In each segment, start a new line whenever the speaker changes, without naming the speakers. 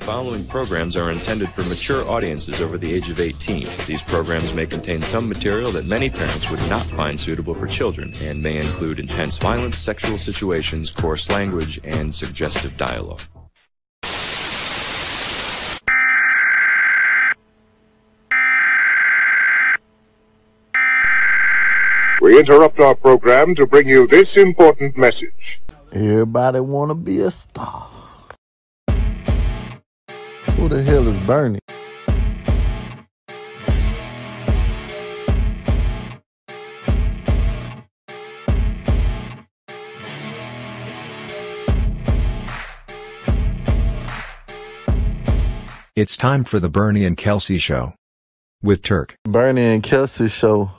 following programs are intended for mature audiences over the age of 18. These programs may contain some material that many parents would not find suitable for children and may include intense violence, sexual situations, coarse language, and suggestive dialogue.
We interrupt our program to bring you this important message.
Everybody wanna be a star. Who the hell is Bernie?
It's time for the Bernie and Kelsey show. With Turk.
Bernie and Kelsey show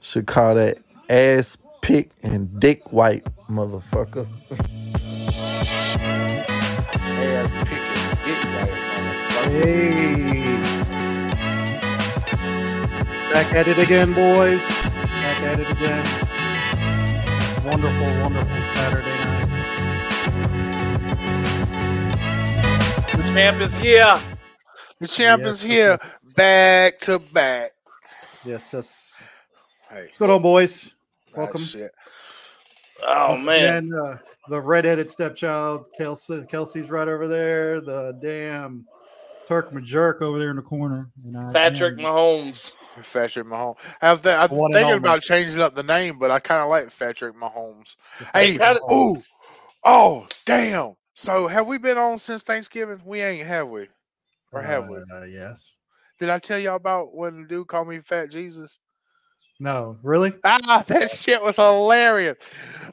should call that ass pick and dick white, motherfucker.
Hey. Back at it again, boys. Back at it again. Wonderful, wonderful Saturday night.
The champ is here.
The champ
Yes,
is
yes,
here,
yes,
back to back.
Yes, yes.
Hey,
What's going on, boys?
ah,
Welcome.
shit.
Oh man,
And uh, the redheaded stepchild, Kelsey, Kelsey's right over there. The damn Turk Majerk over there in the corner. And I,
Patrick
damn,
Mahomes.
Patrick Mahomes. I've th- I'm
One and
thinking
only.
about changing up the name, but I kind of like Patrick Mahomes.
Hey,
Hey,
Pat-
ooh, oh, damn. So have we been on since Thanksgiving? We ain't, have we? Or have we?
uh, yes.
Did I tell y'all about when the dude called me Fat Jesus?
No, really?
Ah, that shit was hilarious.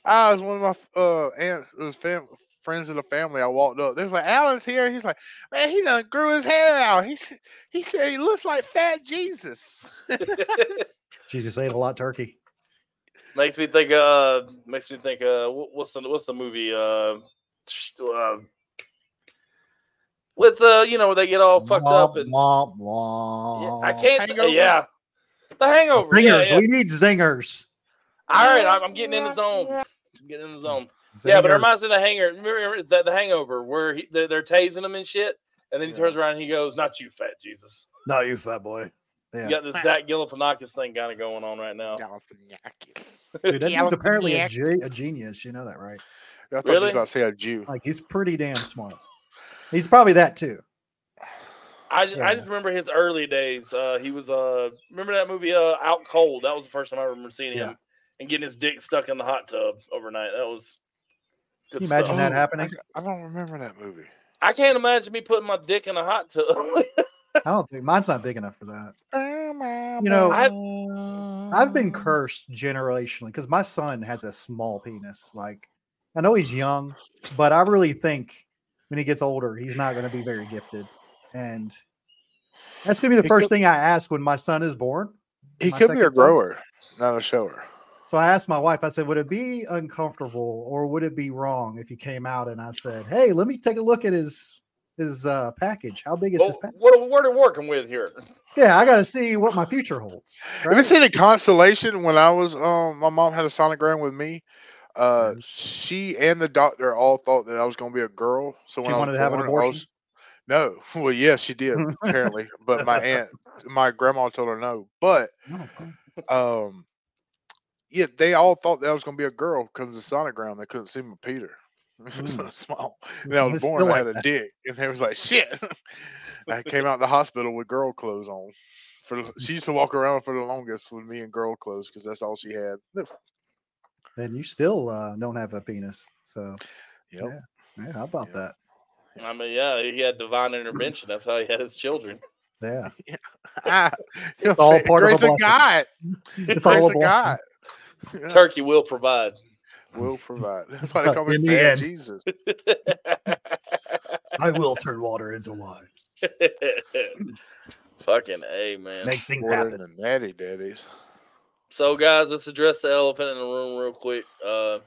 I was one of my uh aunts, it was fam- friends of the family. I walked up. They was like, Alan's here. He's like, man, he done grew his hair out. He s- he said he looks like Fat Jesus.
Jesus ate a lot turkey.
makes me think. Uh, makes me think. Uh, wh- what's the what's the movie? Uh, sh- uh with uh, you know, where they get all fucked up and
Womp,
Yeah,
womp,
I can't.
Hangover?
Yeah, the Hangover. Yeah,
Zingers.
yeah.
We need zingers.
All right, I'm, I'm getting in the zone. I'm getting in the zone. Yeah, but it
Zingers.
reminds me of the hanger, remember the, the Hangover, where he, they're, they're tasing him and shit, and then he
Yeah.
turns around and he goes, "Not you, fat Jesus."
No, you fat boy. Yeah.
You got this Zach Galifianakis thing kind of going on right now.
Galifianakis. I
Dude, that dude's apparently a, ge- a genius. You know that, right?
thought you
Really?
was about to say a Jew.
Like he's pretty damn smart. He's probably that too.
I just, I
Yeah.
just remember his early days. Uh, he was uh, remember that movie uh, Out Cold? That was the first time I remember seeing him
Yeah.
and getting his dick stuck in the hot tub overnight. That was.
Can you imagine that
stuff.
happening?
I don't remember that movie.
I can't imagine me putting my dick in a hot tub.
I don't think mine's not big enough for that.
Oh,
You know, I've
um,
been cursed generationally because my son has a small penis. Like, I know he's young, but I really think when he gets older, he's not going to be very gifted. And that's going to be the
It
first
could-
thing I ask when my son is born.
He
my
could be
second son.
a grower, not a shower.
So I asked my wife, I said, would it be uncomfortable or would it be wrong if he came out and I said, hey, let me take a look at his his uh, package. How big is
Well,
his package?
what, are- what are we working with here?
Yeah, I got to see what my future holds.
Have you
right?
seen a constellation? When I was, um, my mom had a sonogram with me. Uh,
Mm-hmm.
she and the doctor all thought that I was going to be a girl. So when
She
I was
wanted to have an
born, I
abortion?
was- no, well, yes, she did apparently, but my aunt, my grandma told her no. But
No.
um, yeah, they all thought that I was going to be a girl because the sonogram they couldn't see my Peter. It was so small. And I was
Hmm. It's
born,
still
I had
like
a
that.
dick, and they was like, "Shit!" I came out the hospital with girl clothes on. For the- she used to walk around for the longest with me in girl clothes because that's all she had. Yep.
And you still uh, don't have a penis. So,
Yeah.
yeah, how about
Yeah.
that?
I mean, yeah, he had divine intervention. That's how he had his children.
Yeah.
it's
all part of a
grace of
blessing.
God.
It's all
Grace
a
of
blessing.
God. Yeah,
Turkey will provide.
will provide. That's why they call me
In the
Bad
end.
Jesus.
I will turn water into wine.
Fucking a man.
Make things
More than
happen.
the natty daddies.
So, guys, let's address the elephant in the room real quick. Uh,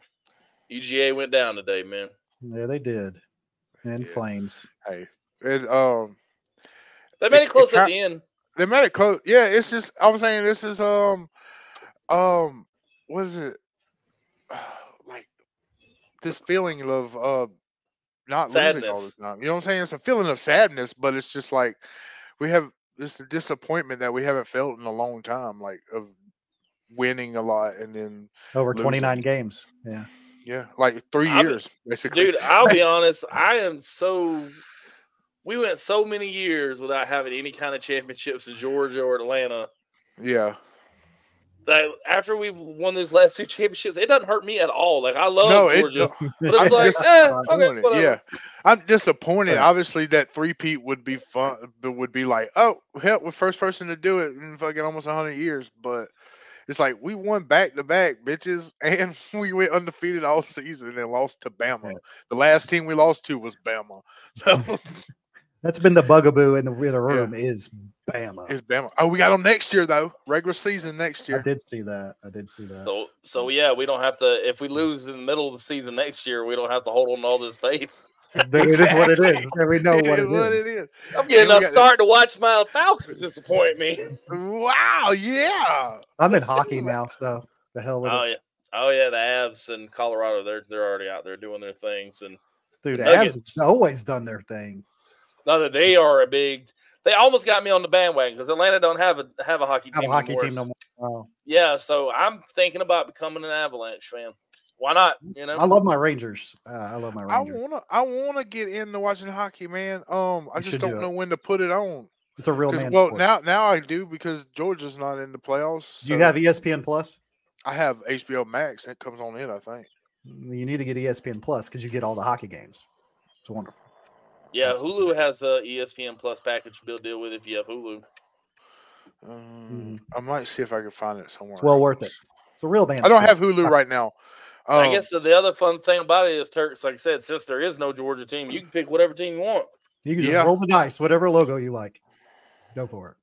UGA went down today, man.
Yeah, they did. In
Yeah.
flames.
And um,
They made
It-
it close
it
at
ki-
the end.
they made it close. Yeah, it's just I'm saying this is um um what is it like this feeling of uh not losing all
Sadness.
the time. You know what I'm saying? It's a feeling of sadness, but it's just like we have it's a disappointment that we haven't felt in a long time, like of winning a lot and then
Over
Losing.
29 games. Yeah.
yeah, like 3
I've been-
years basically.
Dude, I'll be honest. I am so. We went so many years without having any kind of championships in Georgia or Atlanta
yeah.
that after we've won these last two championships, it doesn't hurt me at all. Like I love
No, it
Georgia,
don't-
but it's
I'm
like,
just
eh, okay,
disappointed.
whatever.
yeah, I'm disappointed.
Yeah.
Obviously, that three peat would be fun, but would be like, oh, hell, we're first person to do it in fucking almost hundred years. But it's like we won back to back, bitches, and we went undefeated all season and lost to Bama.
Yeah.
The last team we lost to was Bama. So
That's been the bugaboo in the, in the room is Bama.
it's Bama. Oh, we got them next year though. Regular season next
I
year.
did see that. I did see that.
So, so yeah, we don't have to. If we lose in the middle of the season next year, we don't have to hold on to all this faith.
Dude, it is what it is. We know
It
what
is
it is.
I'm getting
we
up,
got-
starting to watch my Falcons disappoint me.
Wow, yeah.
I'm in hockey now, so the hell with
Oh
it.
yeah, oh yeah, the Avs and Colorado, they're they're already out there doing their things, and
Dude,
the
Avs
Nuggets.
have always done their thing.
now that they are a big, they almost got me on the bandwagon because Atlanta don't have a have a hockey
Have
team.
a hockey
anymore.
team no more. Oh,
Yeah, so I'm thinking about becoming an Avalanche fan. Why not? You know,
Mm, I love my Rangers. Uh, I love my
I
Rangers.
wanna, I wanna get into watching hockey, man. Um,
You
I just
should
don't
do it.
know when to put it on.
It's a real
'Cause-
man
well,
sport.
now now I do because Georgia's not in the playoffs.
Do you
so
have E ESPN Plus?
I have HBO Max. That comes on in, I think.
You need to get E ESPN Plus because you get all the hockey games. It's wonderful.
yeah,
absolutely.
Hulu has a E ESPN Plus package to deal with if you have Hulu.
Um, I might see if I can find it somewhere.
Mm-hmm. It's well worth it. It's a real man.
I don't
sport.
have Hulu right now. Um,
Oh.
I guess the, the other fun thing about it is Turks, like I said, since there is no Georgia team, you can pick whatever team you want.
You can just
yeah.
roll the dice, whatever logo you like. Go for it.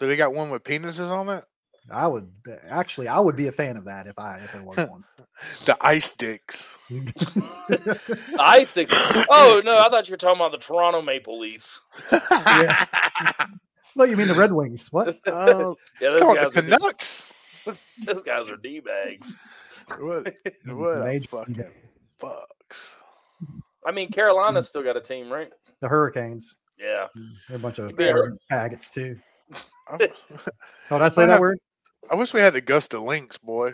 do they got one with penises on it.
I would actually, I would be a fan of that if I if there was one.
The ice dicks.
The Ice Sticks. oh no, I thought you were talking about the Toronto Maple Leafs.
Yeah. no, you mean the Red Wings? What?
Um,
Yeah, those
come on, the
guys, are D-
Canucks.
those guys are d bags.
What? What? a
Major-
fucking
yeah,
fucks.
I mean, Carolina's still got a team, right?
the Hurricanes.
Yeah.
They're a bunch of
Yeah.
arrogant faggots too.
I,
Oh, did I say
I
that
have-
word?
I wish we had Augusta Lynx, boy.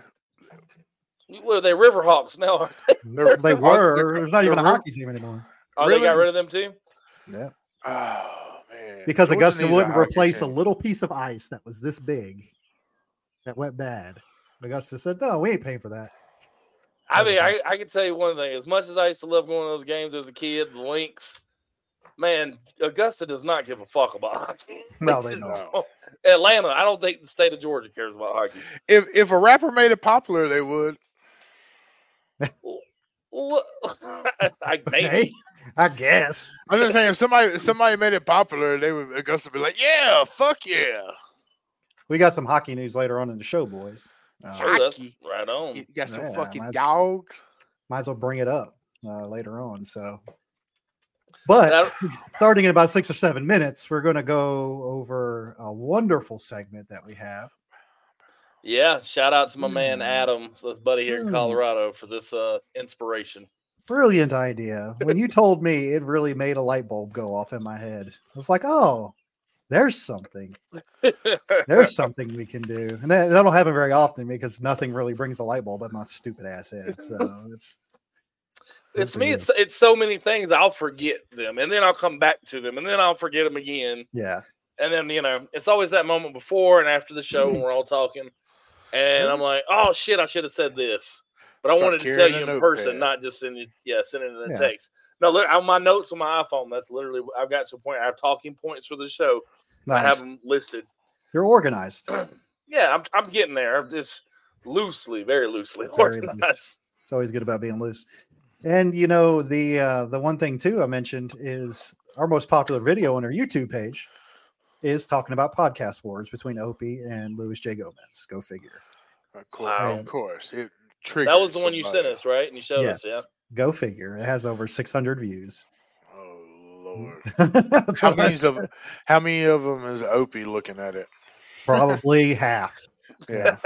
Mm.
What are they? Riverhawks now? aren't they?
They're-
They
they're-
were. There's not even a
they're-
hockey team anymore.
Oh, they got
Really?
rid of them too.
Yeah,
Oh, man.
because
Georgia
Augusta
needs a
wouldn't
hockey
replace a
team.
little piece of ice that was this big that went bad. Augusta said, "No, we ain't paying for that."
I
Okay.
mean, I, I can tell you one thing. As much as I used to love going to those games as a kid, the Lynx, man, Augusta does not give a fuck about hockey.
No,
This
they
is
don't.
all- Atlanta, I don't think the state of Georgia cares about hockey.
If if a rapper made it popular, they would.
Look, I
Okay,
maybe.
I guess.
I'm just saying, if somebody if somebody made it popular, they would Augusta would be like, yeah, fuck yeah.
We got some hockey news later on in the show, boys. Uh,
Sure, that's
Hockey.
right on.
You got some
Yeah,
fucking
that's-
dogs.
might as well bring it up uh, later on. So, but
That-
starting in about six or seven minutes, we're going to go over a wonderful segment that we have.
yeah, shout out to my man
Hmm.
Adam, this buddy here in
Hmm.
Colorado, for this uh, inspiration.
Brilliant idea. When you told me, it really made a light bulb go off in my head. I was like, oh, there's something. There's something we can do. And that, that'll happen very often because nothing really brings a light bulb in my stupid ass head. So it's Good
it's
for
me.
you.
It's it's so many things. I'll forget them, and then I'll come back to them, and then I'll forget them again.
yeah.
And then you know, it's always that moment before and after the show when we're all talking, and I'm like, "Oh shit, I should have said this," but I
Start
wanted to tell
carrying
you
a
in person,
notepad.
not just in the- yeah, sending it in
Yeah.
text. No, look, on my notes on my iPhone. That's literally I've got to a point. I have talking points for the show. I have
Nice.
them listed.
You're organized.
Yeah, I'm I'm getting there. I'm just loosely, very loosely
Very loose.
organized.
It's always good about being loose. And you know the uh, the one thing too I mentioned is our most popular video on our YouTube page is talking about podcast wars between Opie and Louis J Gomez. Go figure.
Of course,
Wow.
of course. It
That was the one you sent us, right? And you showed us, yeah.
Go figure. It has over 600 views.
Oh lord.
That's
How
what I-
many of how many of them is Opie looking at it?
probably half.
Yeah.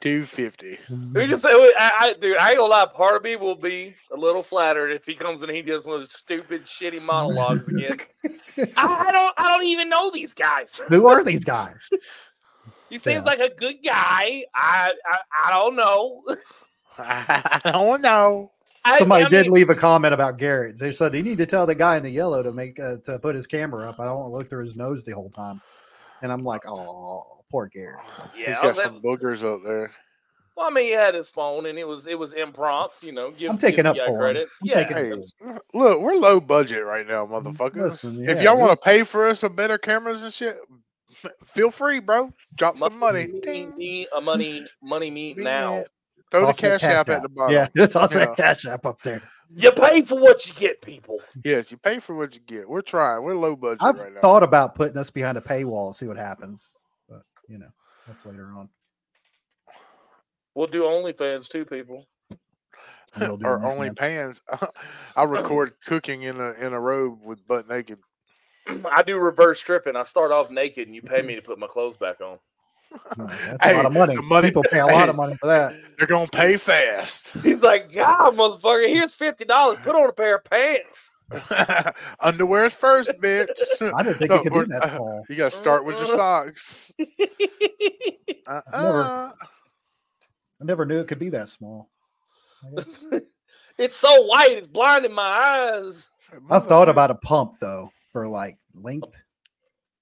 Two fifty.
We just say, I, I, dude, I ain't gonna lie. Part of me will be a little flattered if he comes in and he does one of those stupid, shitty monologues again. I, I don't, I don't even know these guys.
Who are these guys?
He
Yeah.
seems like a good guy. I, I, I don't know.
I don't know.
I,
Somebody
I
did
mean,
leave a comment about Garrett. They said you need to tell the guy in the yellow to make uh, to put his camera up. I don't want to look through his nose the whole time. And I'm like, oh, poor Garrett.
He's
Yeah, I
got
was
some
at-
boogers up there.
well, I mean, he had his phone and it was, it was impromptu. You know, give,
I'm taking
give the
up
guy
for him.
credit.
I'm
yeah,
taking
Hey, look, we're low budget right now, motherfuckers.
Listen,
if
yeah,
y'all want to pay for us some better cameras and shit, feel free, bro. Drop some money.
Me,
Ding.
me, a money, money, me
Ding
now.
it. Throw
toss
the cash app at the bottom.
Yeah, toss
Yeah.
that cash app up there.
You pay for what you get, people.
Yes, you pay for what you get. We're trying. We're low budget
I've
right now.
thought about putting us behind a paywall and see what happens, but you know, that's later on.
We'll do OnlyFans too, people.
We'll do
or
OnlyFans.
only pans. I record cooking in a in a robe with butt naked.
I do reverse stripping. I start off naked, and you pay me to put my clothes back on.
No, that's a
Hey,
lot of money.
the money-
People pay a lot of
hey.
money for that.
They're gonna pay fast.
He's like, God, motherfucker, here's fifty dollars. Put on a pair of pants.
Underwear's first, bitch.
I didn't think
No,
it could
we're-
be that small.
you gotta start with your
Uh-huh.
socks. Uh uh
I never knew it could be that small. I guess.
it's so white, it's blinding my eyes.
I've thought about a pump though for like length.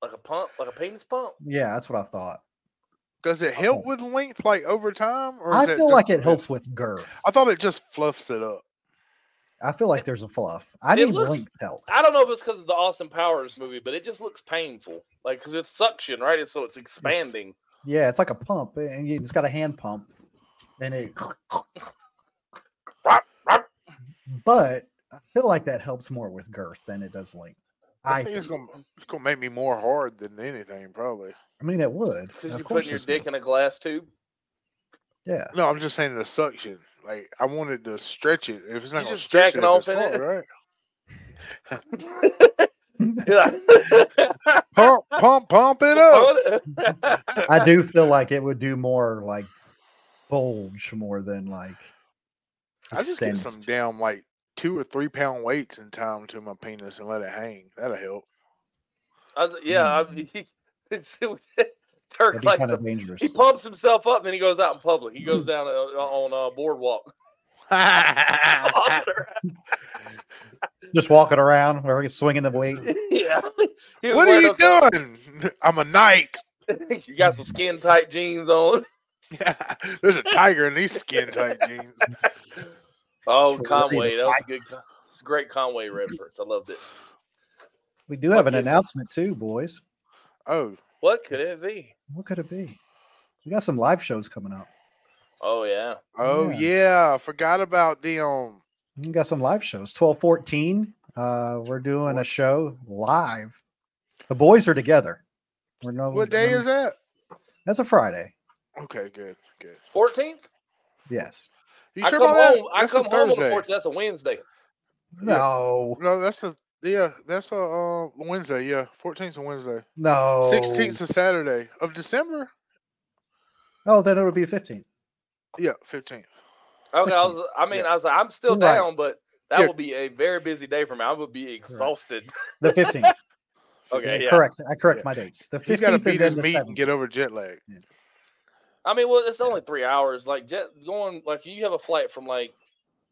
Like a pump, like a penis pump.
Yeah, that's what I thought.
Does it help with length, like over time, or
I
is
feel
just-
like it helps with girth.
I thought it just fluffs it up.
I feel like there's a fluff. I
It
need
looks-
length help.
I don't know if it's because of the Austin Powers movie, but it just looks painful. Like because it's suction, right? It's so it's expanding.
Yeah, it's like a pump, and you- it's got a hand pump, and it. But I feel like that helps more with girth than it does length.
I,
I,
think it's
think.
gonna it's gonna make me more hard than anything, probably.
I mean, it would.
Because
Of
you're
course,
putting your
it's gonna-
dick in a glass tube.
Yeah,
No, I'm just saying the suction. Like I wanted to stretch it. If it's not
You
gonna
just
stretch it,
jacking
off
off in it?
right?
Yeah.
Pump, pump, pump it up.
I do feel like it would do more like bulge more than like.
I just get some
extends.
damn like two or three pound weights in time to my penis and let it hang. That'll help.
I was- yeah, I, he, it's Turk
That'd be
likes
kind of
to-
dangerous.
he pumps himself up, then he goes out in public. He
Hmm.
goes down uh, on uh, boardwalk.
Ah, what
Just walking around or swinging the weight.
yeah, He was
are
wearing
you
those- uh,
doing? I'm a knight.
you got some skin tight jeans on.
There's a tiger in these skin tight jeans.
Oh,
ready to
Conway, that was a good. con- It's a great Conway reference. I loved it.
We do have
What
an
could-
announcement too, boys.
Oh,
What could it be?
What could it be? We got some live shows coming up.
Oh yeah,
oh
Yeah.
yeah. I forgot about the um.
We got some live shows. Twelve fourteen. Uh, we're doing a show live. The boys are together. We're no.
Oh,
What day is that?
That's a Friday.
Okay, good, good.
fourteenth.
Yes.
You
I
sure
come
about that?
home. I
That's a
come home on the
Thursday.
fourteenth. That's a Wednesday.
Yeah.
No.
No, that's a yeah, that's a uh, Wednesday. Yeah, fourteenth of Wednesday,
No.
Oh.
sixteenth of Saturday of December.
Oh, then it would be fifteenth.
Yeah, fifteenth.
Okay, I was. I mean, I was. like, I'm still
You're right.
down, but that
Yeah.
will be a very busy day for me. I would be exhausted.
The fifteenth.
Okay, yeah.
Correct. I correct
Yeah.
my dates. The
He's got to
fifteenth and
beat his
then the
meat and
seventh.
get over jet lag.
I mean, well, it's only three hours. Like jet going, like you have a flight from like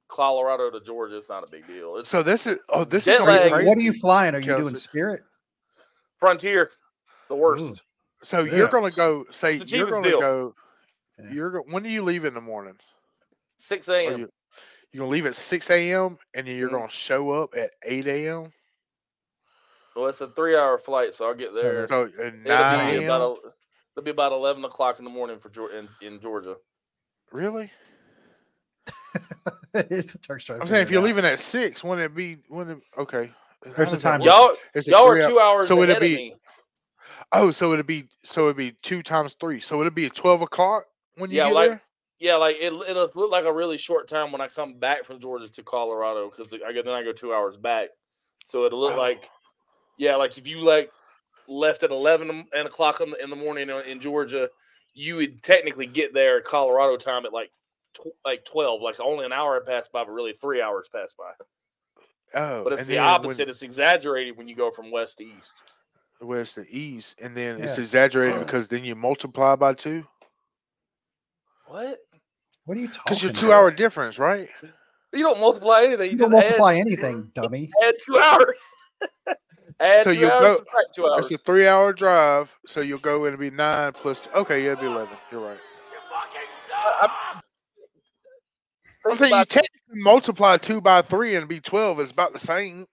Colorado to Georgia. It's not a big deal. It's
So this is oh, this
Jet
is gonna be
lag.
crazy.
What are you flying? Are you doing
Kelsey.
Spirit?
Frontier, the worst.
Ooh.
So
Yeah.
you're gonna go say
It's the
you're
cheapest
gonna
deal.
go.
Yeah.
You're go, when do you leave in the morning?
Six
Are
a.m.
you you gonna leave at six a.m. and then you're
Mhm.
gonna show up at eight a.m.
Well, it's a three-hour flight, so I'll get
So
there.
So at
it'll,
nine
be
a.m.
about, a- it'll be about eleven o'clock in the morning for Geor- in, in Georgia.
Really?
it's a Turkish.
I'm saying if you're leaving at six, wouldn't it be? Wouldn't it, okay? How
There's a
does that
time
work?
Y'all,
Is it
y'all
three
are
hou-
two hours
so it'd
ahead
be-
of me.
Oh, so it'd be so it'd be two times three. So it'd be twelve o'clock when you
Yeah,
get
like-
there.
Yeah, like it, it'll look like a really short time when I come back from Georgia to Colorado because I go then I go two hours back, so it'll look
Oh.
like, yeah, like if you like left at eleven uh, in- o'clock in the- in the morning in- in Georgia, you would technically get there Colorado time at like tw- like twelve, like only an hour had passed by, but really three hours passed by.
Oh,
But it's
and
the
then when-
opposite. It's exaggerated when you go from west to east.
where's the east, and then it's
Yeah.
exaggerated because then you multiply by two
What?
What are you talking?
because you're two
about?
hour difference, right?
You don't multiply anything.
You
You,
don't
just
multiply
add,
anything, dummy.
Add two hours. add
So
two
you
hours.
go-
subtract two hours.
It's a three hour drive, so you'll go in and be nine plus. Okay, yeah, it'll be eleven. You're right. I'm
Think
saying you
about-
technically multiply two by three and be twelve. It's about the same.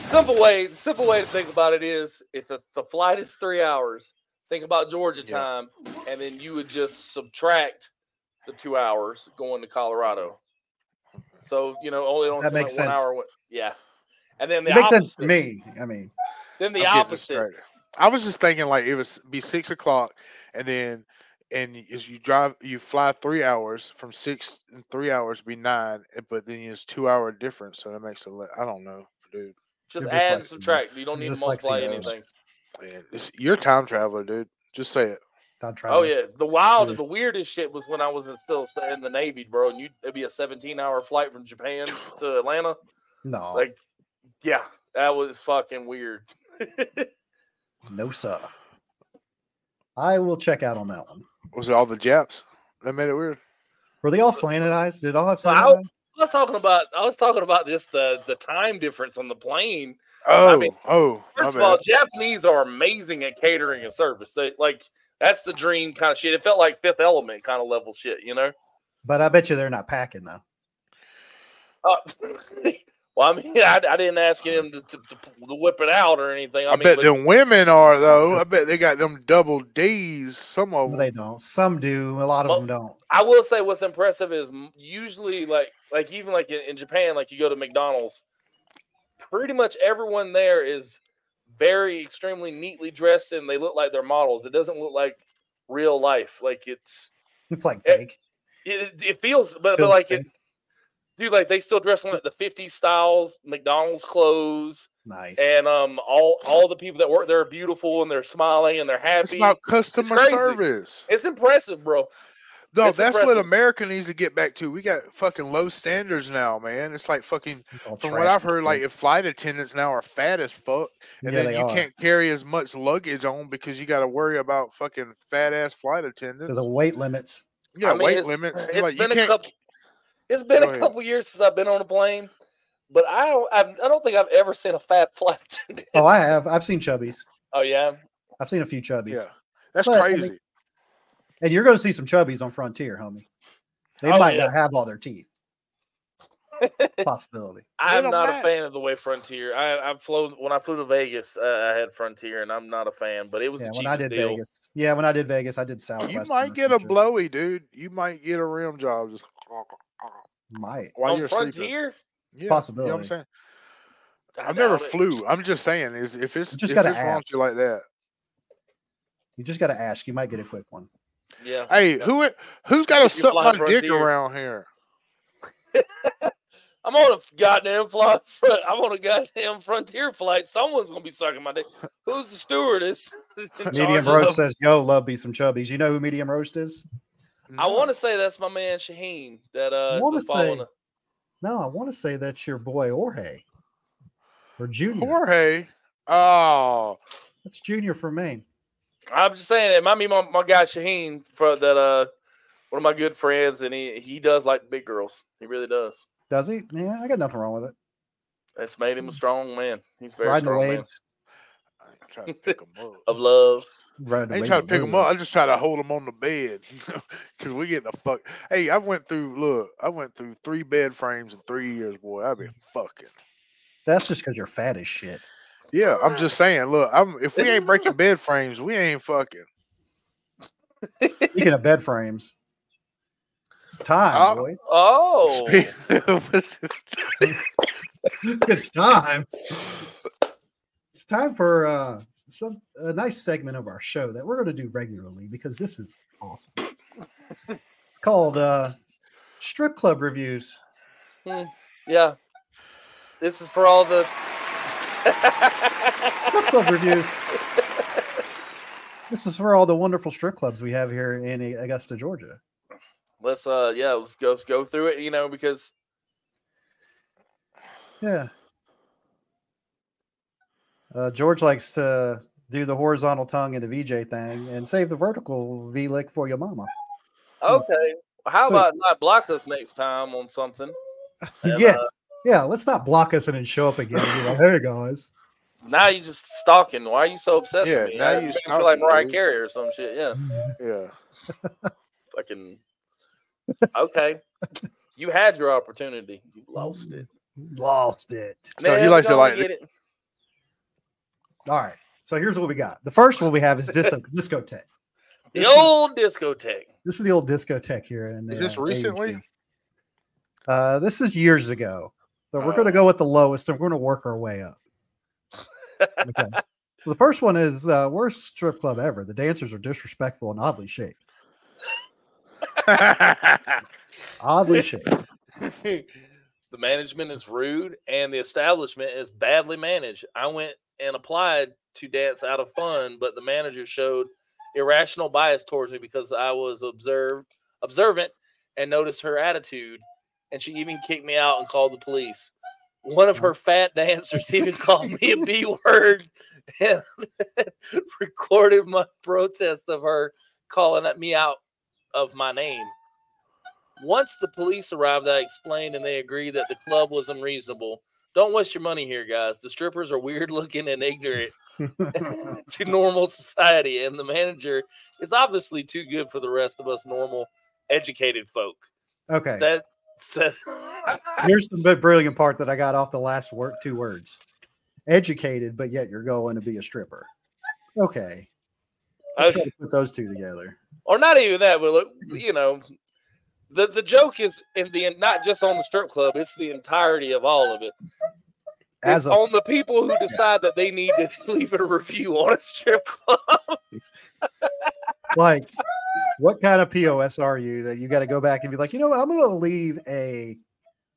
simple way simple way to think about it is if the, the flight is three hours think about georgia
Yeah.
time and then you would just subtract the two hours going to colorado so you know only on
That
something
makes
like one
sense.
hour wa- yeah and then the
It makes
opposite,
sense to me. I mean,
then
I'm
the
getting
opposite
distracted. I was just thinking like it was be six o'clock, and then and as you drive, you fly three hours from six and three hours be nine, eh, but then it's two hour difference, so that makes a le- I don't know, dude.
just
You're
add and
dyslexic, man.
subtract you don't
You're
need to multiply
dyslexic,
anything
Man, it's, you're a time traveler, dude. Just say it.
don't try.
oh
to-
yeah the wild
Yeah.
the weirdest shit was when i was in, still sta- in the navy bro and you it'd be a 17 hour flight from japan to atlanta
No,
like yeah that was fucking weird
no sir. I will check out on that one.
Was it all the Japs that made it weird?
Were they all slanted eyes? Did all have
No, I
slanted
w-
eyes?
I was talking about I was talking about this the the time difference on the plane.
Oh,
mean,
oh, my
First of
bad.
all, Japanese are amazing at catering and service. They like that's the dream kind of shit. It felt like Fifth Element kind of level shit, you know.
But I bet you they're not packing though.
Uh, well, I mean, I, I didn't ask him to, to, to, to whip it out or anything. I,
I,
mean,
bet
but
them women are though. I bet they got them double D's. Some of
Well,
them.
they don't. Some do. A lot of
Well-
them don't.
I will say what's impressive is m- usually like like even like in, in Japan, like you go to McDonald's, pretty much everyone there is very extremely neatly dressed and they look like they're models. It doesn't look like real life. Like it's
It's like
Eh,
fake.
it, it feels, but, but
Feels
like
fake.
it, dude, like they still dress in like the 50s styles, McDonald's clothes,
Nice.
and um all all the people that work there are beautiful and they're smiling and they're
It's
happy.
about customer
crazy.
service.
It's impressive, bro.
No,
It's
that's
impressive.
what America needs to get back to. We got fucking low standards now, man. It's like fucking
All
from what
trash
I've heard, like if flight attendants now are fat as fuck,
yeah,
and then
they
you
are.
can't carry as much luggage on because you got to worry about fucking fat ass flight
There's
attendants.
a weight limits.
You got
I mean,
weight
it's-
limits.
it's
You're like, you
been a
can't-
couple- It's been
Go
a
ahead.
couple years since I've been on a plane, but I don't I've, I don't think I've ever seen a fat flight attendant.
Oh, I have. I've seen chubbies.
Oh yeah,
I've seen a few chubbies.
Yeah, that's
But, I mean-
crazy.
And you're going to see some chubbies on Frontier, homie. They
Oh,
might
yeah.
not have all their teeth. Possibility.
I'm
don't
not a
matter.
fan of the way Frontier. I I've flown when I flew to Vegas. Uh, I had Frontier, and I'm not a fan. But it was
Yeah,
the
when
cheapest
I did
deal.
Vegas. Yeah, when I did Vegas, I did Southwest.
you
in
might
the
get a
future.
blowy, dude. You might get a rim job just
Might.
while
on
you're sleeping.
Frontier.
Yeah, You know what I'm
Possibility.
saying?
I
I've never
doubt it.
flew. I'm just saying, is if it's
You just
if
gotta
it's wrong
ask.
to you like that.
You just got to ask. You might get a quick one.
Yeah.
Hey,
No.
who who's got to suck my
flying
dick
Frontier.
around here?
I'm on a goddamn flight. Front, I'm on a goddamn Frontier flight. Someone's gonna be sucking my dick. Who's the stewardess? in charge
Medium
of-
Roast says, "Yo, love me some chubbies." You know who Medium Roast is?
I
Mm.
want to say that's my man Shaheen. That uh,
wanna
has been following
say-
us.
No, I want to say that's your boy Jorge or Junior.
Jorge. Oh,
That's Junior from Maine.
I'm just saying it might be my, my guy Shaheen for that uh, one of my good friends, and he he does like big girls. He really does.
Does he? Yeah, I got nothing wrong with it.
That's made him a strong man. He's a very
Riding the
strong man
waves,
I ain't trying to pick him
of
up.
love.
riding the
I ain't
waves
trying
of
to pick him
love.
up. I just try to hold him on the bed because we getting the fuck. Hey, I went through. Look, I went through three bed frames in three years, boy. I been fucking.
That's just because you're fat as shit.
Yeah, I'm just saying. Look, I'm if we ain't breaking bed frames, we ain't fucking.
Speaking of bed frames, it's time,
Oh.
boys.
Oh,
It's time. It's time for uh, some a nice segment of our show that we're going to do regularly because this is awesome. It's called uh, strip club reviews.
yeah. This is for all the.
strip club reviews. This is for all the wonderful strip clubs we have here in A- Augusta, Georgia.
Let's uh yeah, let's go let's go through it, you know, because
Yeah. Uh, George likes to do the horizontal tongue and the VJ thing and save the vertical V lick for your mama.
okay. How
So-
about not block us next time on something? And,
yeah.
uh,
yeah. Let's not block us and then show up again and be like, hey guys.
now you just stalking. Why are you so obsessed
Yeah,
with me?
now
I
you
make me feel like
stalking,
Mariah
dude.
Carey or some shit. Yeah.
Yeah.
Fucking okay. You had your opportunity. You lost it.
Lost it.
So he
Never
likes to
gonna
like-
get it.
All right. So here's what we got. The first one we have is disco discotheque.
the
This is-
old discotheque.
This is the old discotheque here. In,
Is this
uh,
recently?
AUG. Uh, this is years ago, but we're
Oh.
going to go with the lowest and we're going to work our way up. Okay. so the first one is uh, worst strip club ever. The dancers are disrespectful and oddly shaped. Oddly shaped.
the management is rude and the establishment is badly managed. I went and applied to dance out of fun, but the manager showed irrational bias towards me because I was observed observant and noticed her attitude and she even kicked me out and called the police. One of her fat dancers even called me a B word and recorded my protest of her calling at me out of my name. Once the police arrived, I explained and they agreed that the club was unreasonable. Don't waste your money here, guys. The strippers are weird looking and ignorant to normal society, and the manager is obviously too good for the rest of us normal, educated folk.
Okay.
That said,
Here's the bit- brilliant part that I got off the last word, two words educated, but yet you're going to be a stripper. Okay. Let's try to put those two together.
or not even that, but look, you know, the the joke is in the not just on the strip club; it's the entirety of all of it.
As
It's
a,
on the people who decide that they need to leave a review on a strip club.
like, what kind of POS are you that you got to go back and be like, you know what? I'm going to leave a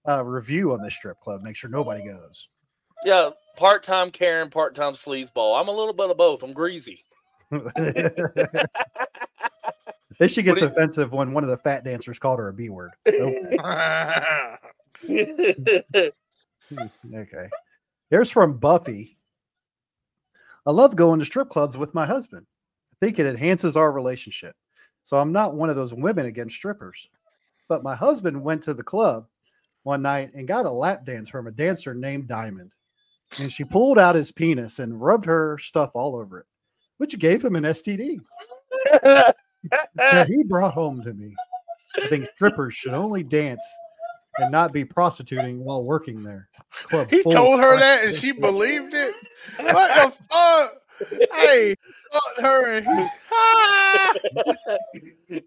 uh, review on this strip club, make sure nobody goes.
Yeah, part time Karen, part time sleazeball. I'm a little bit of both. I'm greasy.
Then she gets
do you-
offensive when one of the fat dancers called her a B word. Oh, hmm, okay. Here's from Buffy. I love going to strip clubs with my husband. I think it enhances our relationship. So I'm not one of those women against strippers. But my husband went to the club one night and got a lap dance from a dancer named Diamond. And she pulled out his penis and rubbed her stuff all over it, which gave him an STD. that he brought home to me. I think strippers should only dance and not be prostituting while working there. Club
he
full
told
of
her
crack
that and she
addiction.
believed it. What the fuck? Hey, fuck her and he.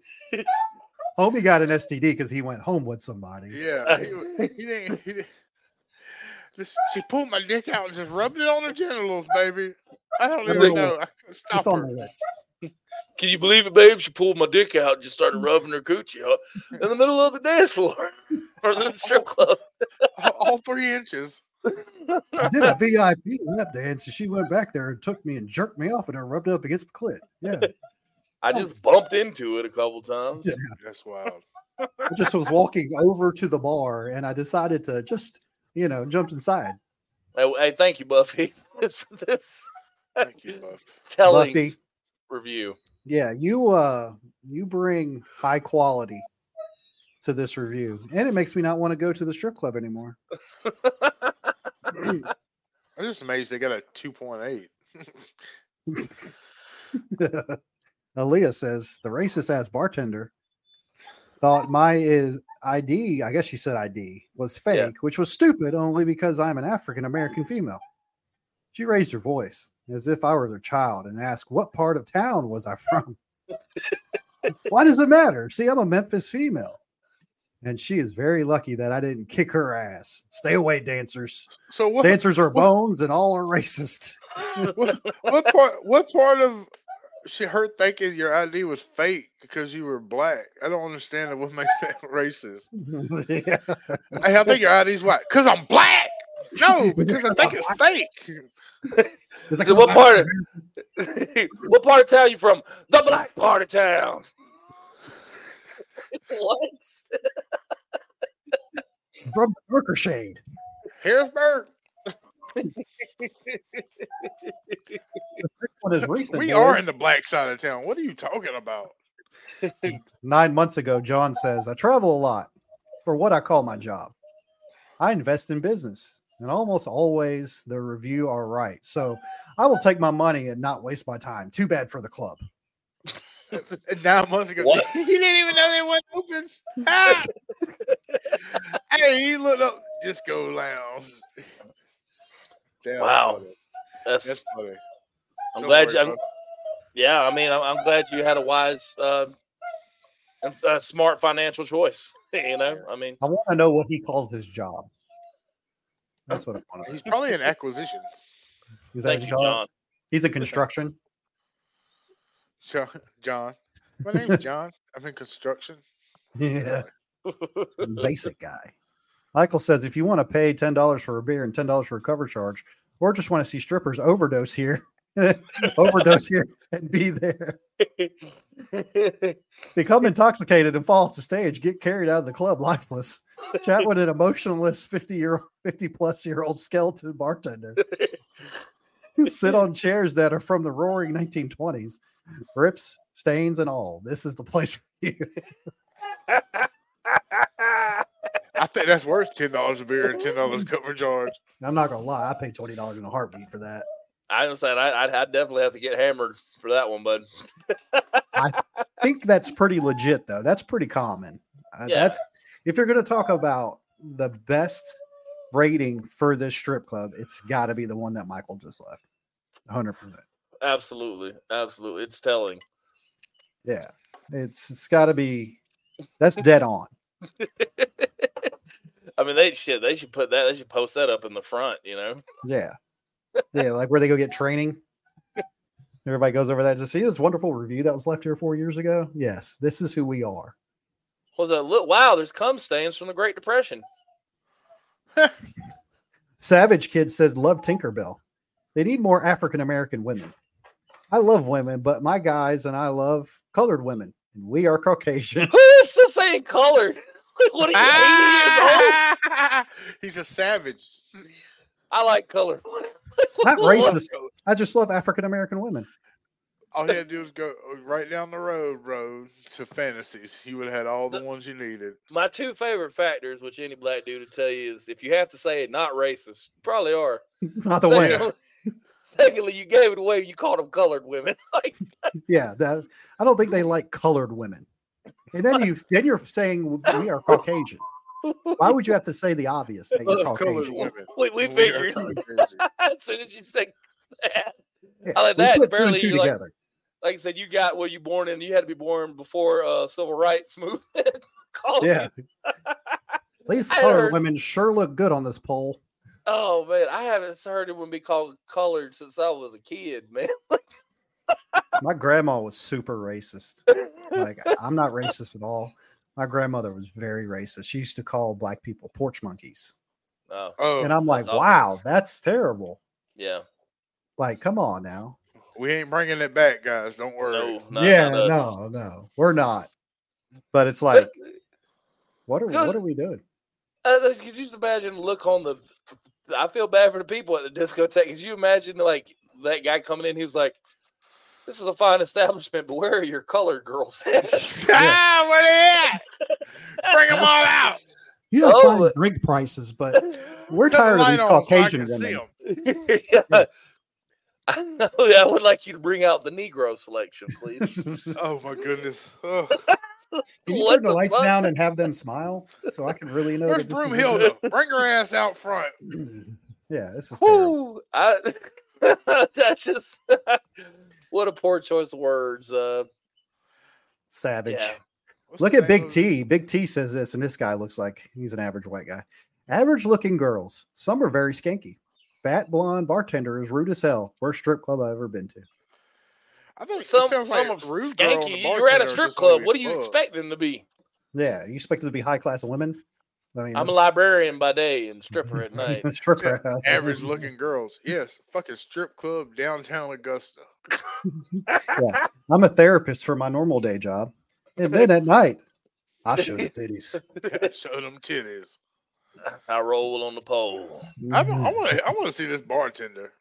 Homie got an STD because he went home with somebody.
yeah, he, wa- he didn't. He didn't. This, she pulled my dick out and just rubbed it on her genitals, baby. I don't even
Little-
know. I couldn't stop
Just on the
her.
lips.
Can you believe it, babe? She pulled my dick out and just started
Mm.
rubbing her coochie out in the middle of the dance floor or the strip club.
All, all three inches.
I did a VIP lap dance and she went back there and took me and jerked me off and I rubbed it up against the clit. Yeah.
I just bumped into it a couple times.
Oh. Yeah.
That's wild.
I just was walking over to the bar and I decided to just, you know, jump inside.
Hey, hey, thank you, Buffy. This this
Thank you, Buff.
telling
Buffy.
s- review.
Yeah, you uh you bring high quality to this review, and it makes me not want to go to the strip club anymore.
I'm just amazed they got a 2.8.
Aaliyah says the racist ass bartender thought my is ID, I guess she said ID, was fake,
Yeah.
which was stupid only because I'm an African American female. She raised her voice as if I were their child and asked, What part of town was I from? Why does it matter? See, I'm a Memphis female. And she is very lucky that I didn't kick her ass. Stay away, dancers.
So what?
Dancers are
what-
bones and all are racist.
what, what part? What part of she her thinking your ID was fake because you were black? I don't understand it. What makes that racist? Hey, I think your ID's white because I'm black. No,
Was it
because I think it's fake.
It's like,
So what part? of- what part of town you from? The black part of town.
what?
From the darker shade.
Harrisburg.
This one is recent.
We are
boys.
in the black side of town. What are you talking about?
Nine months ago, John says, I travel a lot for what I call my job. I invest in business, and almost always the review are right. So I will take my money and not waste my time. Too bad for the club.
Nine months ago.
What?
you didn't even know they wasn't open. Ah! hey, he looked up disco lounge. Damn,
Wow.
funny.
That's.
That's funny.
I'm
Go for
glad.
it,
You, I'm,
bro.
yeah, I mean, I'm, I'm glad you had a wise uh, and uh, smart financial choice. You know, I mean,
I want to know what he calls his job. That's what I want to know.
He's probably in acquisitions.
Is that
thank
his
you,
job?
John.
He's in construction.
Jo- John. My name's John. I'm in construction.
Yeah. basic guy. Michael says, if you want to pay ten dollars for a beer and ten dollars for a cover charge, or just want to see strippers overdose here, overdose here and be there, become intoxicated and fall off the stage, get carried out of the club lifeless. Chat with an emotionless fifty year fifty plus year old skeleton bartender. Sit on chairs that are from the roaring 1920s, rips, stains, and all. This is the place for you.
I think that's worth ten dollars a beer and ten dollars cover charge.
I'm not gonna lie, I paid twenty dollars in a heartbeat for that.
I am saying I, I'd, I'd definitely have to get hammered for that one, bud.
I think that's pretty legit though. That's pretty common. Uh,
Yeah.
That's if you're going to talk about the best rating for this strip club, it's got to be the one that Michael just left. 100%.
Absolutely, absolutely. It's telling.
Yeah. It's it's got to be that's dead on.
I mean, they shit. They should put that. They should post that up in the front. You know.
Yeah. Yeah, like where they go get training. Everybody goes over that to see this wonderful review that was left here 4 years ago. Yes, this is who we are.
What was that? Look, wow, there's cum stains from the Great Depression.
Savage Kid says, Love Tinkerbell. They need more African American women. I love women, but my guys and I love colored women, and we are Caucasian.
Who is this saying colored? what are you, 80
Ah!
years old?
He's a savage.
I like color.
Not
All
racist. I just love African American women.
he had to do was go right down the road, road to fantasies. He would have had all the ones you needed.
My two favorite factors, which any black dude would tell you, is if you have to say it, not racist. You probably are.
Not the way.
Secondly- Secondly, you gave it away. You called them colored women. Like,
Yeah, that I don't think they like colored women. And then you then you're saying we are Caucasian. Why would you have to say the obvious that you're
Love colored
Caucasian?
women.
we, we
are
figured.
Caucasian.
as soon as you said that,
Yeah,
I like
we put
that.
two and
Barely
two
you're like-
together.
like I said, you got where you born in. You had to be born before uh, civil rights movement. Called
yeah.
it-
At least
I
colored
heard-
women sure look good on this poll.
Oh man, I haven't heard it when be called colored since I was a kid, man.
My grandma was super racist. like I'm not racist at all. My grandmother was very racist. She used to call black people porch monkeys.
oh
Oh,
And I'm like,
that's awful.
wow, that's terrible.
yeah,
Like, come on now.
we ain't bringing it back, guys. Don't worry.
no, not- not
yeah,
us.
no, no, we're not. But it's like,
But,
what are
Cause-
what are we doing?
uh, that's- could you just imagine the look on the? I feel bad for the people at the discotheque. Could you imagine like that guy coming in? He was like, "This is a fine establishment, but where are your colored girls?" at?"
ah, where they at? Bring them all out.
You know,
Oh,
fine
but-
drink prices, but we're
Turn the
tired of
light
these
on so I can
Caucasian
see
women.
'em.
yeah. I know. I would like you to bring out the Negro selection, please.
Oh my goodness. Ugh.
Can you
What
turn the,
the
lights
fuck?
down and have them smile so I can really know?
Where's
that this is
Broomhilda? Bring her ass out front.
legit? yeah, this is terrible.
Woo! I, that's just what a poor choice of words. Uh,
savage.
Yeah.
What's
Look
the
at
name
Big
of-
T. Big T says this, and this guy looks like he's an average white guy. Average looking girls. Some are very skanky. Fat blonde bartender is rude as hell. Worst strip club I've ever been to.
I think it
some
sounds
some
like
of
Rude Girl and the
skanky. You're at
bartender
a strip
just wanna
club.
get
What do you
fucked.
expect them to be?
Yeah, you expect them to be high class women? I mean,
I'm a
that's-
librarian by day and stripper at night.
stripper.
Average looking girls. Yes. Fucking strip club downtown Augusta.
I'm a therapist for my normal day job, and then at night, I show the titties.
Show them titties.
I roll on the pole.
I
Mm-hmm.
want to. I want to see this bartender.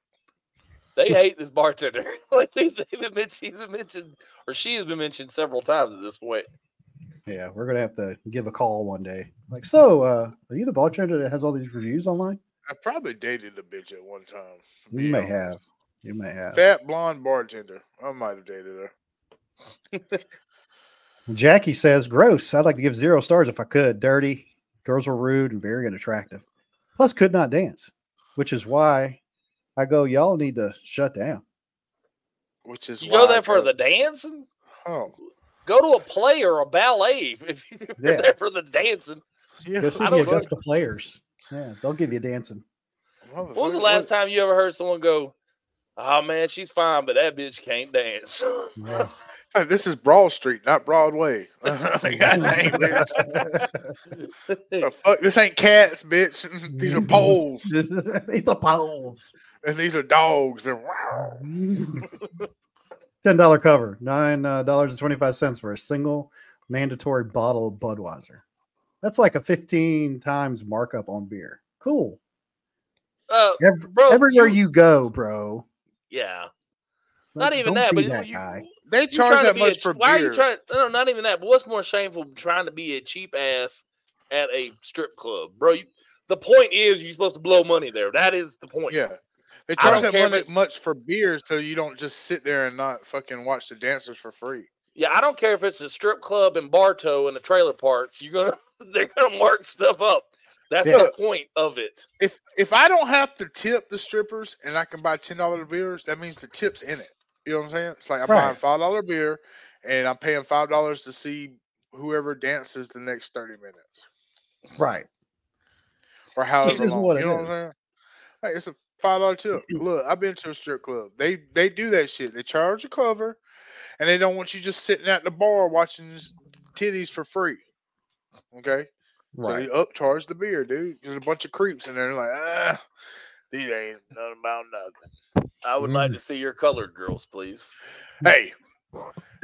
They hate this bartender. like they, they've been mentioned, he's been mentioned, or she has been mentioned several times at this point.
Mm-hmm. Yeah, we're gonna have to give a call one day. Like, so uh, are you the bartender that has all these reviews online?
I probably dated the bitch at one time. to
You
be
may
honest.
have. You may have.
Fat blonde bartender. I might have dated her.
Jackie says, "Gross. I'd like to give zero stars if I could. Dirty girls were rude and very unattractive. Plus, could not dance, which is why I go. Y'all need to shut down.
Which is
You
why
go
I
there for
go-
the dancing?
Oh,
Go to a play or a ballet if- if you're
Yeah.
there for the dancing.
yeah.
Go see
I
the
don't know.
Augusta players. Yeah, they'll give you dancing.
What
When was the last time you ever heard someone go, "Oh man, she's fine, but that bitch can't dance"?
Ugh.
time? This is Broad Street, not Broadway. Like, I ain't there. The fuck, this ain't cats, bitch. these are poles,
These are poles.
and these are dogs. And wow,
Ten dollar cover, nine uh, dollars and twenty five cents for a single mandatory bottle of Budweiser. That's like a fifteen times markup on beer. Cool.
uh,
Ev-
Bro,
everywhere
you-
you, go, bro.
yeah,
It's
not
like,
even
don't
that.
be
But
that
you,
guy.
they
you trying
charge
to
that
be a
much
ch-
for
Why are
beer.
you trying? No, not even that. But what's more shameful, trying to be a cheap ass at a strip club, bro? You, the point is, you're supposed to blow money there. That is the point.
yeah, they
I don't
charge that
care if
money
it's-
much for beers, so you don't just sit there and not fucking watch the dancers for free.
Yeah, I don't care if it's a strip club in Bartow in a trailer park. You're gonna they're gonna mark stuff up. That's
Yeah.
the point of it.
If if I don't have to tip the strippers and I can buy ten dollar beers, that means the tip's in it. You know what I'm saying? It's like I'm
Right.
buying five dollar beer, and I'm paying five dollars to see whoever dances the next thirty minutes
Right.
or however
is
long.
what
you
it
know what I'm
is.
saying? Like it's a five dollar tip. Look, I've been to a strip club. They they do that shit. They charge a cover, and they don't want you just sitting at the bar watching s- titties for free. Okay. So
Right.
you upcharge the beer, dude. There's a bunch of creeps in there like, ah, these ain't nothing about nothing.
I would
Mm.
like to see your colored girls, please.
Mm.
Hey,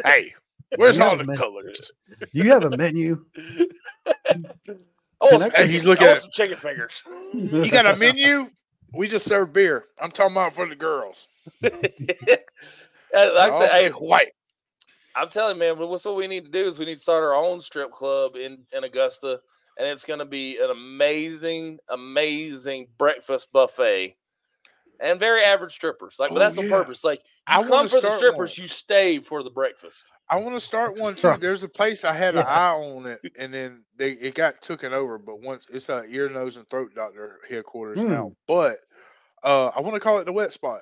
hey, where's
Yeah,
all the
man.
colors?
Do you have a menu?
I want, some
Hey,
chicken,
he's looking
I want
at-
some chicken fingers.
oh, You got a menu? We just serve beer. I'm talking about for the girls.
Yeah, like I
All
said, hey,
big white.
I'm telling you, man, what's what we need to do is we need to start our own strip club in, in Augusta, and it's gonna be an amazing, amazing breakfast buffet. And very average strippers. Like,
Oh,
but that's the
yeah.
purpose. Like,
I
you come
wanna
for the
start
strippers,
one.
you stay for the breakfast.
I want to start one too. There's a place I had an
Yeah.
eye on it, and then they it got taken over. But once it's a ear, nose, and throat doctor headquarters
Hmm.
now. But uh, I want to call it the wet spot.